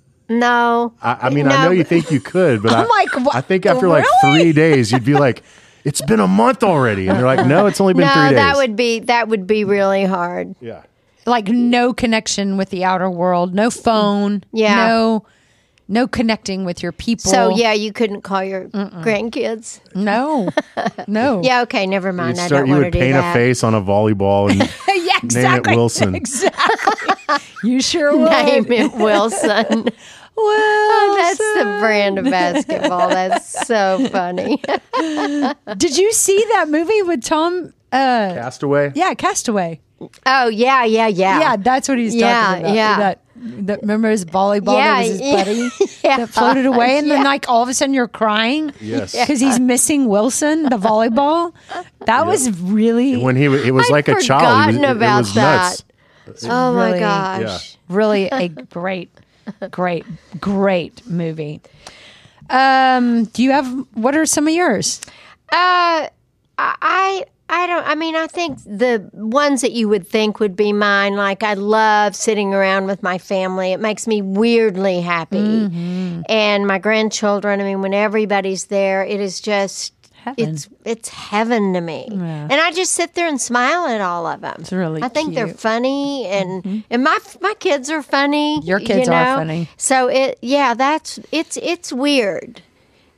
[SPEAKER 3] I, I mean, I
[SPEAKER 2] No,
[SPEAKER 3] know you
[SPEAKER 2] but-
[SPEAKER 3] think you could,
[SPEAKER 2] [LAUGHS]
[SPEAKER 3] but
[SPEAKER 1] I'm
[SPEAKER 3] I,
[SPEAKER 1] like, what-
[SPEAKER 3] I think after like
[SPEAKER 1] really?
[SPEAKER 3] three days, you'd be like, it's been a month already. And they're like, no, it's only been
[SPEAKER 2] no,
[SPEAKER 3] three days.
[SPEAKER 2] that would be that would be really hard.
[SPEAKER 3] yeah.
[SPEAKER 1] Like no connection with the outer world, no phone,
[SPEAKER 2] Yeah.
[SPEAKER 1] no, no connecting with your people.
[SPEAKER 2] So yeah, you couldn't call your grandkids. [LAUGHS]
[SPEAKER 1] no, no,
[SPEAKER 2] Yeah, okay, never mind.
[SPEAKER 3] You'd
[SPEAKER 2] I
[SPEAKER 3] start,
[SPEAKER 2] don't
[SPEAKER 3] you
[SPEAKER 2] want
[SPEAKER 3] would
[SPEAKER 2] to do
[SPEAKER 3] paint a
[SPEAKER 2] that. [LAUGHS]
[SPEAKER 3] face on a volleyball and
[SPEAKER 1] [LAUGHS] yeah,
[SPEAKER 3] name it Wilson.
[SPEAKER 1] You sure would.
[SPEAKER 2] [LAUGHS] Name Oh, it Wilson. [LAUGHS]
[SPEAKER 1] Well,
[SPEAKER 2] That's the brand of basketball. That's so funny. [LAUGHS]
[SPEAKER 1] did you see that movie with Tom? Uh,
[SPEAKER 3] Castaway?
[SPEAKER 1] yeah, Castaway.
[SPEAKER 2] Oh yeah, yeah, yeah.
[SPEAKER 1] Yeah, that's what he's
[SPEAKER 2] Yeah,
[SPEAKER 1] talking about.
[SPEAKER 2] yeah.
[SPEAKER 1] That, that remember his volleyball
[SPEAKER 2] Yeah,
[SPEAKER 1] that was his
[SPEAKER 2] yeah,
[SPEAKER 1] buddy
[SPEAKER 2] [LAUGHS] yeah.
[SPEAKER 1] that floated away, and then like all of a sudden you're crying.
[SPEAKER 3] Yes.
[SPEAKER 1] because he's missing Wilson, the volleyball. That was really,
[SPEAKER 3] When he wa- it was
[SPEAKER 2] I'd
[SPEAKER 3] like a child. He was,
[SPEAKER 2] forgotten
[SPEAKER 3] it- it
[SPEAKER 2] about
[SPEAKER 3] was nuts.
[SPEAKER 2] oh
[SPEAKER 1] really-
[SPEAKER 2] my gosh.
[SPEAKER 1] really a great, great, great movie. Um, do you have what are some of yours?
[SPEAKER 2] Uh, I- I I don't. I mean, I think the ones that you would think would be mine. Like I love sitting around with my family. It makes me weirdly happy,
[SPEAKER 1] Mm-hmm.
[SPEAKER 2] and my grandchildren. I mean, when everybody's there, it is just.
[SPEAKER 1] Heaven.
[SPEAKER 2] It's it's heaven to me, and I just sit there and smile at all of them. It's
[SPEAKER 1] really
[SPEAKER 2] I think they're
[SPEAKER 1] cute. Mm-hmm.
[SPEAKER 2] funny, and and my my kids are funny.
[SPEAKER 1] Your
[SPEAKER 2] you
[SPEAKER 1] kids are
[SPEAKER 2] know?
[SPEAKER 1] funny.
[SPEAKER 2] So it yeah, that's it's it's weird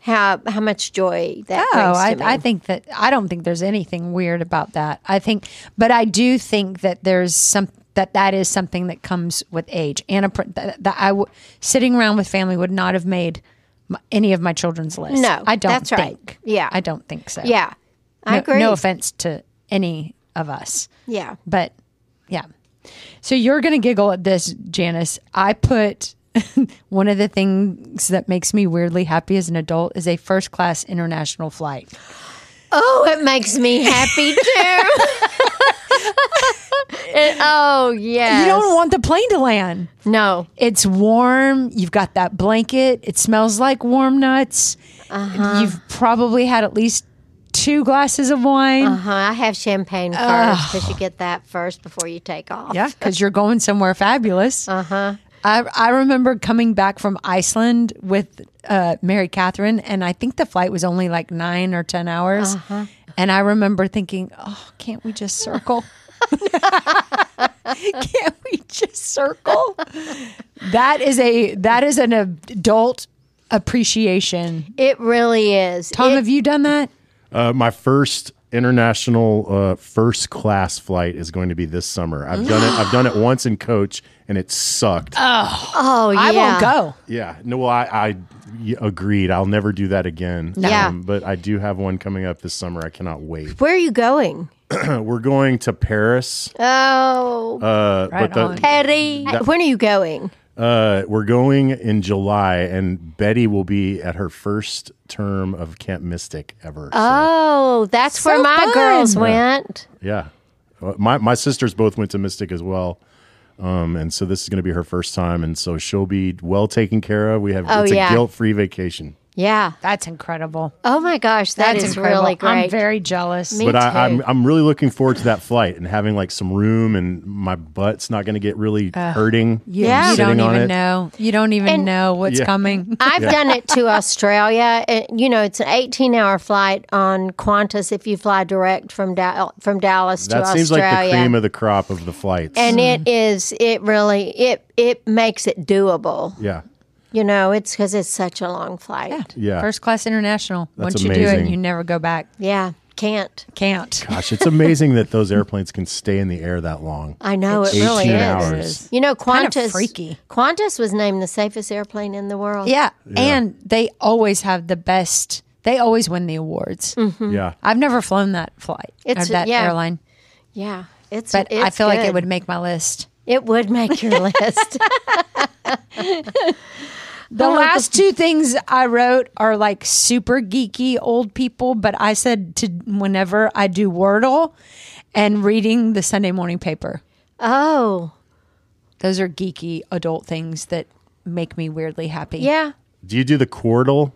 [SPEAKER 2] how how much joy that
[SPEAKER 1] Oh,
[SPEAKER 2] brings
[SPEAKER 1] I,
[SPEAKER 2] to me.
[SPEAKER 1] I think that I don't think there's anything weird about that. I think, but I do think that there's some that that is something that comes with age. And a, pr- that, that I w- sitting around with family would not have made my, any of my children's list.
[SPEAKER 2] No,
[SPEAKER 1] I don't
[SPEAKER 2] that's right.
[SPEAKER 1] think.
[SPEAKER 2] Yeah.
[SPEAKER 1] I don't think so.
[SPEAKER 2] Yeah. I
[SPEAKER 1] no,
[SPEAKER 2] agree.
[SPEAKER 1] No offense to any of us,
[SPEAKER 2] Yeah.
[SPEAKER 1] but yeah. So you're going to giggle at this, Janice. I put [LAUGHS] one of the things that makes me weirdly happy as an adult is a first class international flight.
[SPEAKER 2] Oh, it makes me [LAUGHS] happy too. It- oh yes.
[SPEAKER 1] You don't want the plane to land.
[SPEAKER 2] no.
[SPEAKER 1] It's warm. You've got that blanket. It smells like warm nuts. You've probably had at least two glasses of wine.
[SPEAKER 2] Uh huh. I have champagne first because you get that first before you take
[SPEAKER 1] [LAUGHS]
[SPEAKER 2] off.
[SPEAKER 1] Yeah, because you're going somewhere fabulous. Uh
[SPEAKER 2] Uh-huh.
[SPEAKER 1] huh. I, I remember coming back from Iceland with uh, Mary Catherine, and I think the flight was only like nine or 10 hours.
[SPEAKER 2] Uh-huh.
[SPEAKER 1] And I remember thinking, oh, can't we just
[SPEAKER 2] [LAUGHS]
[SPEAKER 1] circle? [LAUGHS] can't we just circle? That is a that is an adult appreciation.
[SPEAKER 2] It really is.
[SPEAKER 1] Tom,
[SPEAKER 2] It-
[SPEAKER 1] have you done that?
[SPEAKER 3] Uh, my first international uh, first class flight is going to be this summer. I've done it. I've done it once in coach, and it sucked.
[SPEAKER 2] oh yeah.
[SPEAKER 1] I won't go.
[SPEAKER 3] yeah. No. Well, I, I y- agreed. I'll never do that again. Um,
[SPEAKER 2] Yeah.
[SPEAKER 3] but I do have one coming up this summer. I cannot wait.
[SPEAKER 2] Where are you going?
[SPEAKER 3] Uh, We're going to Paris.
[SPEAKER 2] Oh,
[SPEAKER 3] Uh,
[SPEAKER 1] Right
[SPEAKER 3] but the,
[SPEAKER 1] on.
[SPEAKER 2] Petty. when are you going?
[SPEAKER 3] Uh, we're going in July, and Betty will be at her first term of Camp Mystic ever. so,
[SPEAKER 2] Oh, that's
[SPEAKER 1] So
[SPEAKER 2] where my
[SPEAKER 1] fun.
[SPEAKER 2] girls went.
[SPEAKER 3] yeah, Uh, my my sisters both went to Mystic as well, um, and so this is going to be her first time, and so she'll be well taken care of. We have
[SPEAKER 2] Oh,
[SPEAKER 3] it's
[SPEAKER 2] yeah.
[SPEAKER 3] a guilt free vacation,
[SPEAKER 2] Yeah.
[SPEAKER 1] That's incredible.
[SPEAKER 2] Oh my gosh,
[SPEAKER 1] That's
[SPEAKER 2] that's
[SPEAKER 1] incredible.
[SPEAKER 2] really great.
[SPEAKER 1] I'm very jealous.
[SPEAKER 2] Me
[SPEAKER 3] but
[SPEAKER 2] too.
[SPEAKER 3] I, I'm I'm really looking forward to that flight and having like some room, and my butt's not going to get really hurting.
[SPEAKER 2] Yeah.
[SPEAKER 1] You
[SPEAKER 3] sitting
[SPEAKER 1] don't
[SPEAKER 3] on
[SPEAKER 1] even
[SPEAKER 3] it.
[SPEAKER 1] know. You don't even
[SPEAKER 2] And-
[SPEAKER 1] know what's
[SPEAKER 3] Yeah.
[SPEAKER 1] coming.
[SPEAKER 2] I've done it to Australia. And, you know, it's an 18 hour flight on Qantas if you fly direct from Dal from Dallas to
[SPEAKER 3] That seems
[SPEAKER 2] Australia.
[SPEAKER 3] like the cream of the crop of the flights.
[SPEAKER 2] and it is it really it it makes it doable.
[SPEAKER 3] yeah,
[SPEAKER 2] You know, it's cuz it's such a long flight. Yeah.
[SPEAKER 3] yeah.
[SPEAKER 1] First class international.
[SPEAKER 3] That's
[SPEAKER 1] Once you do it,
[SPEAKER 3] amazing.
[SPEAKER 1] you never go back.
[SPEAKER 2] can't.
[SPEAKER 1] Can't.
[SPEAKER 3] Gosh, it's amazing that those airplanes can stay in the air that long.
[SPEAKER 2] I know it
[SPEAKER 3] 18
[SPEAKER 2] really is.
[SPEAKER 3] hours.
[SPEAKER 2] You know, Qantas
[SPEAKER 1] freaky.
[SPEAKER 2] Qantas was named the safest airplane in the world.
[SPEAKER 1] Yeah. And they always have the best. They always win the awards.
[SPEAKER 2] Mm-hmm.
[SPEAKER 3] Yeah.
[SPEAKER 1] I've never flown that flight
[SPEAKER 2] Mm. It's-
[SPEAKER 1] or that
[SPEAKER 2] yeah.
[SPEAKER 1] airline,
[SPEAKER 2] Yeah. It's
[SPEAKER 1] but I
[SPEAKER 2] it's
[SPEAKER 1] feel like
[SPEAKER 2] good.
[SPEAKER 1] it would make my list.
[SPEAKER 2] it would make
[SPEAKER 1] [LAUGHS]
[SPEAKER 2] your list. [LAUGHS] Oh,
[SPEAKER 1] The last two things I wrote are like super geeky old people, but I said to whenever I do Wordle and reading the Sunday morning paper.
[SPEAKER 2] oh,
[SPEAKER 1] Those are geeky adult things that make me weirdly happy.
[SPEAKER 2] yeah.
[SPEAKER 3] Do you do the quartal,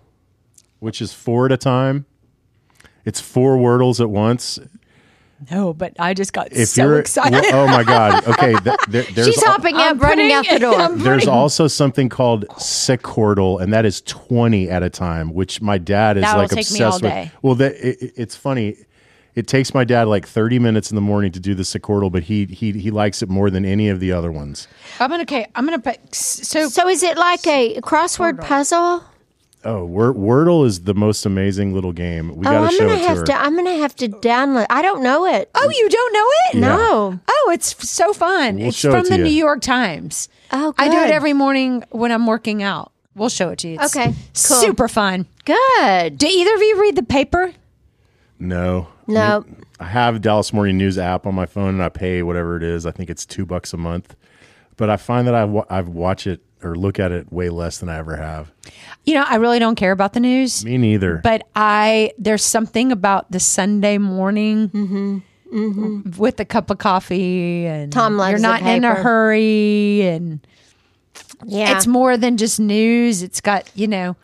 [SPEAKER 3] which is four at a time? It's four wordles at once.
[SPEAKER 1] No, but I just got
[SPEAKER 3] If
[SPEAKER 1] so
[SPEAKER 3] you're,
[SPEAKER 1] excited.
[SPEAKER 3] Well, oh my god! Okay,
[SPEAKER 2] [LAUGHS]
[SPEAKER 3] th- there, there's
[SPEAKER 2] She's
[SPEAKER 3] al-
[SPEAKER 2] hopping
[SPEAKER 1] uh, I'm
[SPEAKER 2] up,
[SPEAKER 1] putting
[SPEAKER 2] running out the
[SPEAKER 1] it-
[SPEAKER 2] door.
[SPEAKER 1] I'm
[SPEAKER 3] there's also something called sequordal, and that is twenty at a time, which my dad is
[SPEAKER 1] That'll
[SPEAKER 3] like
[SPEAKER 1] take me
[SPEAKER 3] obsessed
[SPEAKER 1] all
[SPEAKER 3] with.
[SPEAKER 1] day.
[SPEAKER 3] Well, that it, it- it's funny. It takes my dad like thirty minutes in the morning to do the sequordal, but he he he likes it more than any of the other ones.
[SPEAKER 1] I'm gonna okay. I'm gonna put so
[SPEAKER 2] So is it like a crossword puzzle?
[SPEAKER 3] Oh, Wor- Wordle is the most amazing little game. We
[SPEAKER 2] Oh,
[SPEAKER 3] got
[SPEAKER 2] I'm
[SPEAKER 3] show
[SPEAKER 2] gonna
[SPEAKER 3] it to
[SPEAKER 2] have
[SPEAKER 3] her.
[SPEAKER 2] to. I'm gonna have to download. I don't know it.
[SPEAKER 1] Oh, you don't know it?
[SPEAKER 3] Yeah.
[SPEAKER 2] No.
[SPEAKER 1] Oh, it's f- so fun.
[SPEAKER 3] We'll
[SPEAKER 1] it's
[SPEAKER 3] show it
[SPEAKER 1] from
[SPEAKER 3] to
[SPEAKER 1] the
[SPEAKER 3] you.
[SPEAKER 1] New York Times.
[SPEAKER 2] Oh,
[SPEAKER 1] I do
[SPEAKER 2] good.
[SPEAKER 1] it every morning when I'm working out. We'll show it to you. It's
[SPEAKER 2] Okay, cool.
[SPEAKER 1] Super fun.
[SPEAKER 2] Good.
[SPEAKER 1] Do either of you read the paper?
[SPEAKER 3] No.
[SPEAKER 2] No.
[SPEAKER 3] I have Dallas Morning News app on my phone and I pay whatever it is. I think it's two bucks a month. But I find that I wa- I've watch it or look at it way less than I ever have.
[SPEAKER 1] You know, I really don't care about the news,
[SPEAKER 3] Me neither.
[SPEAKER 1] but I there's something about the Sunday morning with a cup of coffee and
[SPEAKER 2] Tom loves
[SPEAKER 1] you're
[SPEAKER 2] the
[SPEAKER 1] not in a
[SPEAKER 2] paper.
[SPEAKER 1] hurry and
[SPEAKER 2] Yeah.
[SPEAKER 1] it's more than just news. It's got you know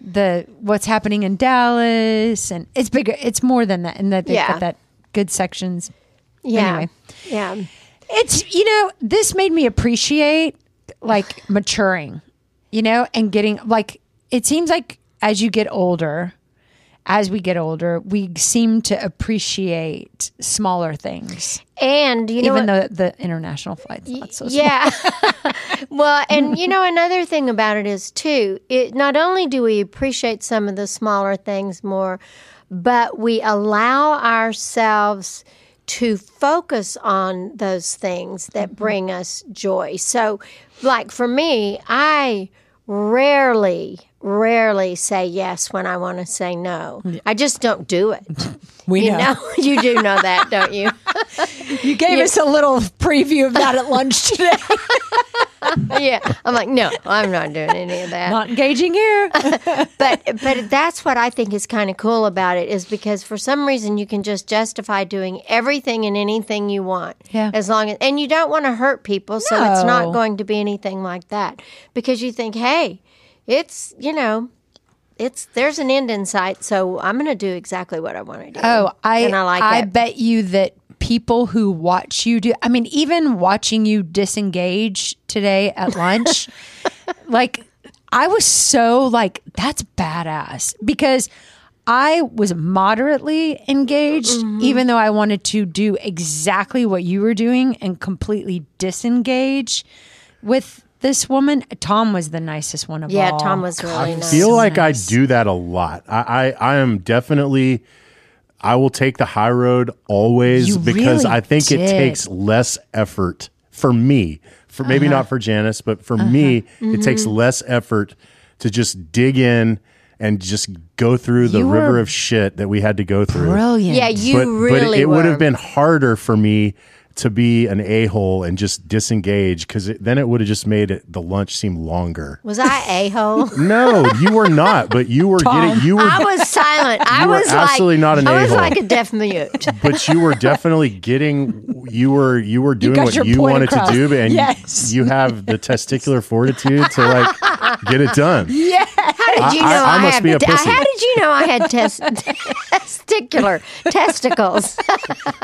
[SPEAKER 1] the what's happening in Dallas, and it's bigger. It's more than that, and that they've
[SPEAKER 2] Yeah.
[SPEAKER 1] got that good sections.
[SPEAKER 2] yeah.
[SPEAKER 1] anyway.
[SPEAKER 2] Yeah.
[SPEAKER 1] It's you know this made me appreciate [SIGHS] like maturing, you know, and getting like it seems like as you get older. As we get older, we seem to appreciate smaller things,
[SPEAKER 2] And you know
[SPEAKER 1] even
[SPEAKER 2] what?
[SPEAKER 1] though the international flights not so small. [LAUGHS]
[SPEAKER 2] yeah. [LAUGHS] well, and you know another thing about it is too. It not only do we appreciate some of the smaller things more, but we allow ourselves to focus on those things that
[SPEAKER 1] Mm-hmm.
[SPEAKER 2] bring us joy. So, like for me, I rarely, rarely say yes when I want to say no. I just don't do it.
[SPEAKER 1] We
[SPEAKER 2] You
[SPEAKER 1] know.
[SPEAKER 2] know, [LAUGHS] you do know that,
[SPEAKER 1] [LAUGHS]
[SPEAKER 2] don't you?
[SPEAKER 1] You gave us a little preview of that at [LAUGHS] lunch today.
[SPEAKER 2] yeah. I'm like, no, I'm not doing any of that.
[SPEAKER 1] Not engaging here.
[SPEAKER 2] but but that's what I think is kind of cool about it is because for some reason you can just justify doing everything and anything you want.
[SPEAKER 1] Yeah.
[SPEAKER 2] As long as and you don't want to hurt people, so it's
[SPEAKER 1] No.
[SPEAKER 2] not going to be anything like that because you think, hey, it's you know, it's there's an end in sight, so I'm going to do exactly what I want to do.
[SPEAKER 1] Oh, I
[SPEAKER 2] and I like
[SPEAKER 1] I
[SPEAKER 2] it.
[SPEAKER 1] bet you that people who watch you do I mean even watching you disengage today at
[SPEAKER 2] [LAUGHS]
[SPEAKER 1] lunch like I was so like that's badass because I was moderately engaged
[SPEAKER 2] Mm-hmm.
[SPEAKER 1] even though I wanted to do exactly what you were doing and completely disengage with this woman. Tom was the nicest one of
[SPEAKER 2] yeah,
[SPEAKER 1] all.
[SPEAKER 2] Tom was really nice.
[SPEAKER 3] feel like
[SPEAKER 1] nice.
[SPEAKER 3] I do that a lot. I, I, I am definitely. I will take the high road always
[SPEAKER 1] You
[SPEAKER 3] because
[SPEAKER 1] really
[SPEAKER 3] I think
[SPEAKER 1] did.
[SPEAKER 3] it takes less effort for me. For maybe
[SPEAKER 1] Uh-huh.
[SPEAKER 3] not for Janice, but for me,
[SPEAKER 1] Mm-hmm.
[SPEAKER 3] it takes less effort to just dig in and just go through the
[SPEAKER 1] You were
[SPEAKER 3] river of shit that we had to go through.
[SPEAKER 1] brilliant.
[SPEAKER 2] yeah, you
[SPEAKER 3] but,
[SPEAKER 2] really
[SPEAKER 3] but it
[SPEAKER 2] were.
[SPEAKER 3] would have been harder for me to be an a hole and just disengage because then it would have just made it, the lunch seem longer.
[SPEAKER 2] Was I
[SPEAKER 3] [LAUGHS]
[SPEAKER 2] a hole?
[SPEAKER 3] No, you were not, but you were getting you were
[SPEAKER 2] I was silent. I
[SPEAKER 3] You were
[SPEAKER 2] was
[SPEAKER 3] absolutely
[SPEAKER 2] like,
[SPEAKER 3] not an
[SPEAKER 2] I was
[SPEAKER 3] a-hole.
[SPEAKER 2] like a deaf mute.
[SPEAKER 3] but you were definitely getting you were you were doing
[SPEAKER 1] got
[SPEAKER 3] what
[SPEAKER 1] your
[SPEAKER 3] you
[SPEAKER 1] point
[SPEAKER 3] wanted
[SPEAKER 1] across.
[SPEAKER 3] to do and
[SPEAKER 1] Yes.
[SPEAKER 3] you have the testicular fortitude to like get it done.
[SPEAKER 2] How did you
[SPEAKER 3] I-
[SPEAKER 2] know
[SPEAKER 3] I- I
[SPEAKER 2] I,
[SPEAKER 3] must
[SPEAKER 2] had?
[SPEAKER 3] be a
[SPEAKER 2] t-
[SPEAKER 3] pussy.
[SPEAKER 2] How did you know I had tes- [LAUGHS] testicular testicles?
[SPEAKER 1] [LAUGHS]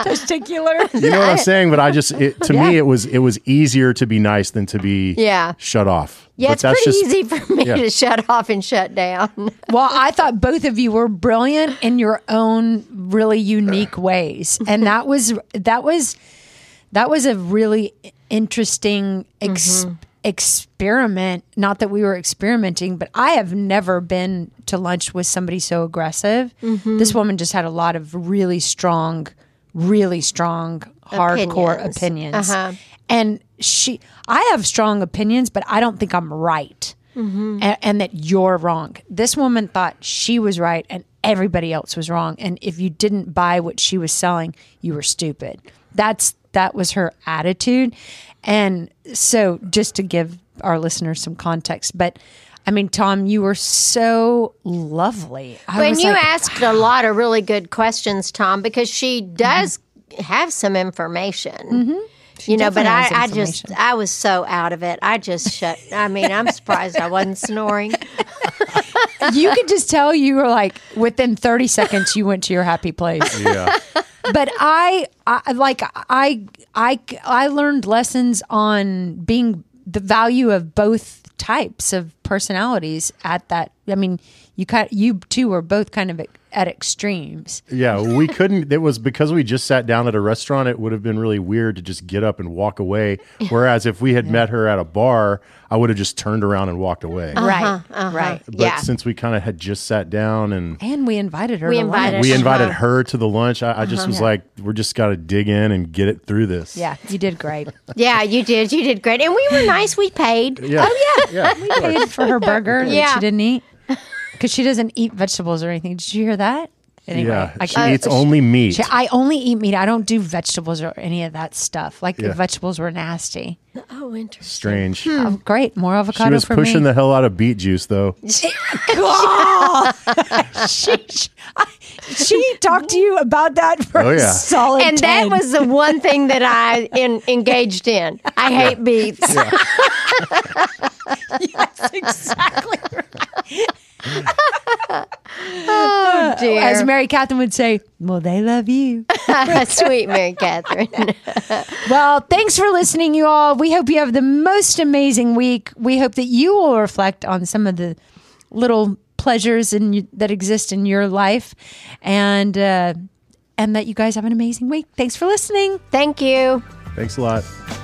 [SPEAKER 1] Testicular.
[SPEAKER 3] You know what I'm saying? But I just it, to me
[SPEAKER 1] Yeah.
[SPEAKER 3] it was it was easier to be nice than to be
[SPEAKER 2] Yeah.
[SPEAKER 3] shut off.
[SPEAKER 2] Yeah,
[SPEAKER 3] but
[SPEAKER 2] it's pretty easy for me
[SPEAKER 3] yeah.
[SPEAKER 2] to shut off and shut down.
[SPEAKER 1] Well, I thought both of you were brilliant in your own really unique ways.
[SPEAKER 2] [LAUGHS]
[SPEAKER 1] And that was that was that was a really interesting ex-
[SPEAKER 2] Mm-hmm.
[SPEAKER 1] experiment. Not that we were experimenting, but I have never been to lunch with somebody so aggressive.
[SPEAKER 2] Mm-hmm.
[SPEAKER 1] This woman just had a lot of really strong, really strong hardcore
[SPEAKER 2] Opinions.
[SPEAKER 1] opinions.
[SPEAKER 2] Uh-huh.
[SPEAKER 1] And she I have strong opinions, but I don't think I'm right Mm-hmm. and, and that you're wrong. This woman thought she was right and everybody else was wrong. And if you didn't buy what she was selling, you were stupid. That's that was her attitude. And so, just to give our listeners some context, but I mean, Tom, you were so lovely. I
[SPEAKER 2] when
[SPEAKER 1] was
[SPEAKER 2] you
[SPEAKER 1] like,
[SPEAKER 2] asked a lot of really good questions, Tom, because she does have some information. You know, but
[SPEAKER 1] definitely
[SPEAKER 2] I,
[SPEAKER 1] has
[SPEAKER 2] I just,
[SPEAKER 1] information.
[SPEAKER 2] I was so out of it. I just shut. I mean, I'm surprised I wasn't snoring.
[SPEAKER 1] you could just tell you were like within 30 seconds you went to your happy place
[SPEAKER 3] Yeah.
[SPEAKER 1] but I, I like I I I learned lessons on being the value of both types of personalities at that I mean you kind you two were both kind of at extremes
[SPEAKER 3] Yeah,
[SPEAKER 1] [LAUGHS]
[SPEAKER 3] we couldn't. It was because we just sat down at a restaurant. It would have been really weird to just get up and walk away. Whereas if we had met her at a bar, I would have just turned around and walked away.
[SPEAKER 2] Uh-huh,
[SPEAKER 1] right right
[SPEAKER 3] But
[SPEAKER 2] yeah.
[SPEAKER 3] since we kind of had just sat down and
[SPEAKER 1] and we invited her
[SPEAKER 2] We
[SPEAKER 1] to
[SPEAKER 2] invited
[SPEAKER 1] lunch.
[SPEAKER 3] we
[SPEAKER 2] Uh-huh.
[SPEAKER 3] invited her to the lunch, I, I just was like, we're just got to dig in and get it through this.
[SPEAKER 1] Uh-huh. yeah you did great [LAUGHS]
[SPEAKER 2] Yeah, you did. You did great. And we were nice. We paid.
[SPEAKER 3] Yeah. Oh, yeah.
[SPEAKER 1] [LAUGHS] we paid for her burger that
[SPEAKER 2] Yeah.
[SPEAKER 1] she didn't eat because she doesn't eat vegetables or anything did you hear that anyway
[SPEAKER 3] yeah.
[SPEAKER 1] I
[SPEAKER 3] she
[SPEAKER 2] Uh,
[SPEAKER 1] can't-
[SPEAKER 3] eats only meat.
[SPEAKER 1] She- I only eat meat. I don't do vegetables or any of that stuff. Like the
[SPEAKER 3] Yeah.
[SPEAKER 1] vegetables were nasty.
[SPEAKER 2] Oh, interesting.
[SPEAKER 3] Strange.
[SPEAKER 1] Oh, great, more
[SPEAKER 3] She
[SPEAKER 1] avocado
[SPEAKER 3] was
[SPEAKER 1] for
[SPEAKER 3] pushing
[SPEAKER 1] me.
[SPEAKER 3] the hell out of beet juice, though.
[SPEAKER 1] [LAUGHS] she, she, I- she talked to you about that for
[SPEAKER 3] Oh,
[SPEAKER 1] a
[SPEAKER 3] yeah.
[SPEAKER 1] solid.
[SPEAKER 2] And that
[SPEAKER 1] 10. [LAUGHS]
[SPEAKER 2] was the one thing that I in, engaged in. I hate beets.
[SPEAKER 1] That's exactly right.
[SPEAKER 2] Oh dear.
[SPEAKER 1] as Mary Catherine would say. Well, they love you.
[SPEAKER 2] [LAUGHS] Sweet Mary Catherine.
[SPEAKER 1] [LAUGHS] Well, thanks for listening, you all. We hope you have the most amazing week. We hope that you will reflect on some of the little pleasures in you, that exist in your life, and uh, and that you guys have an amazing week. Thanks for listening.
[SPEAKER 2] Thank you.
[SPEAKER 3] Thanks a lot.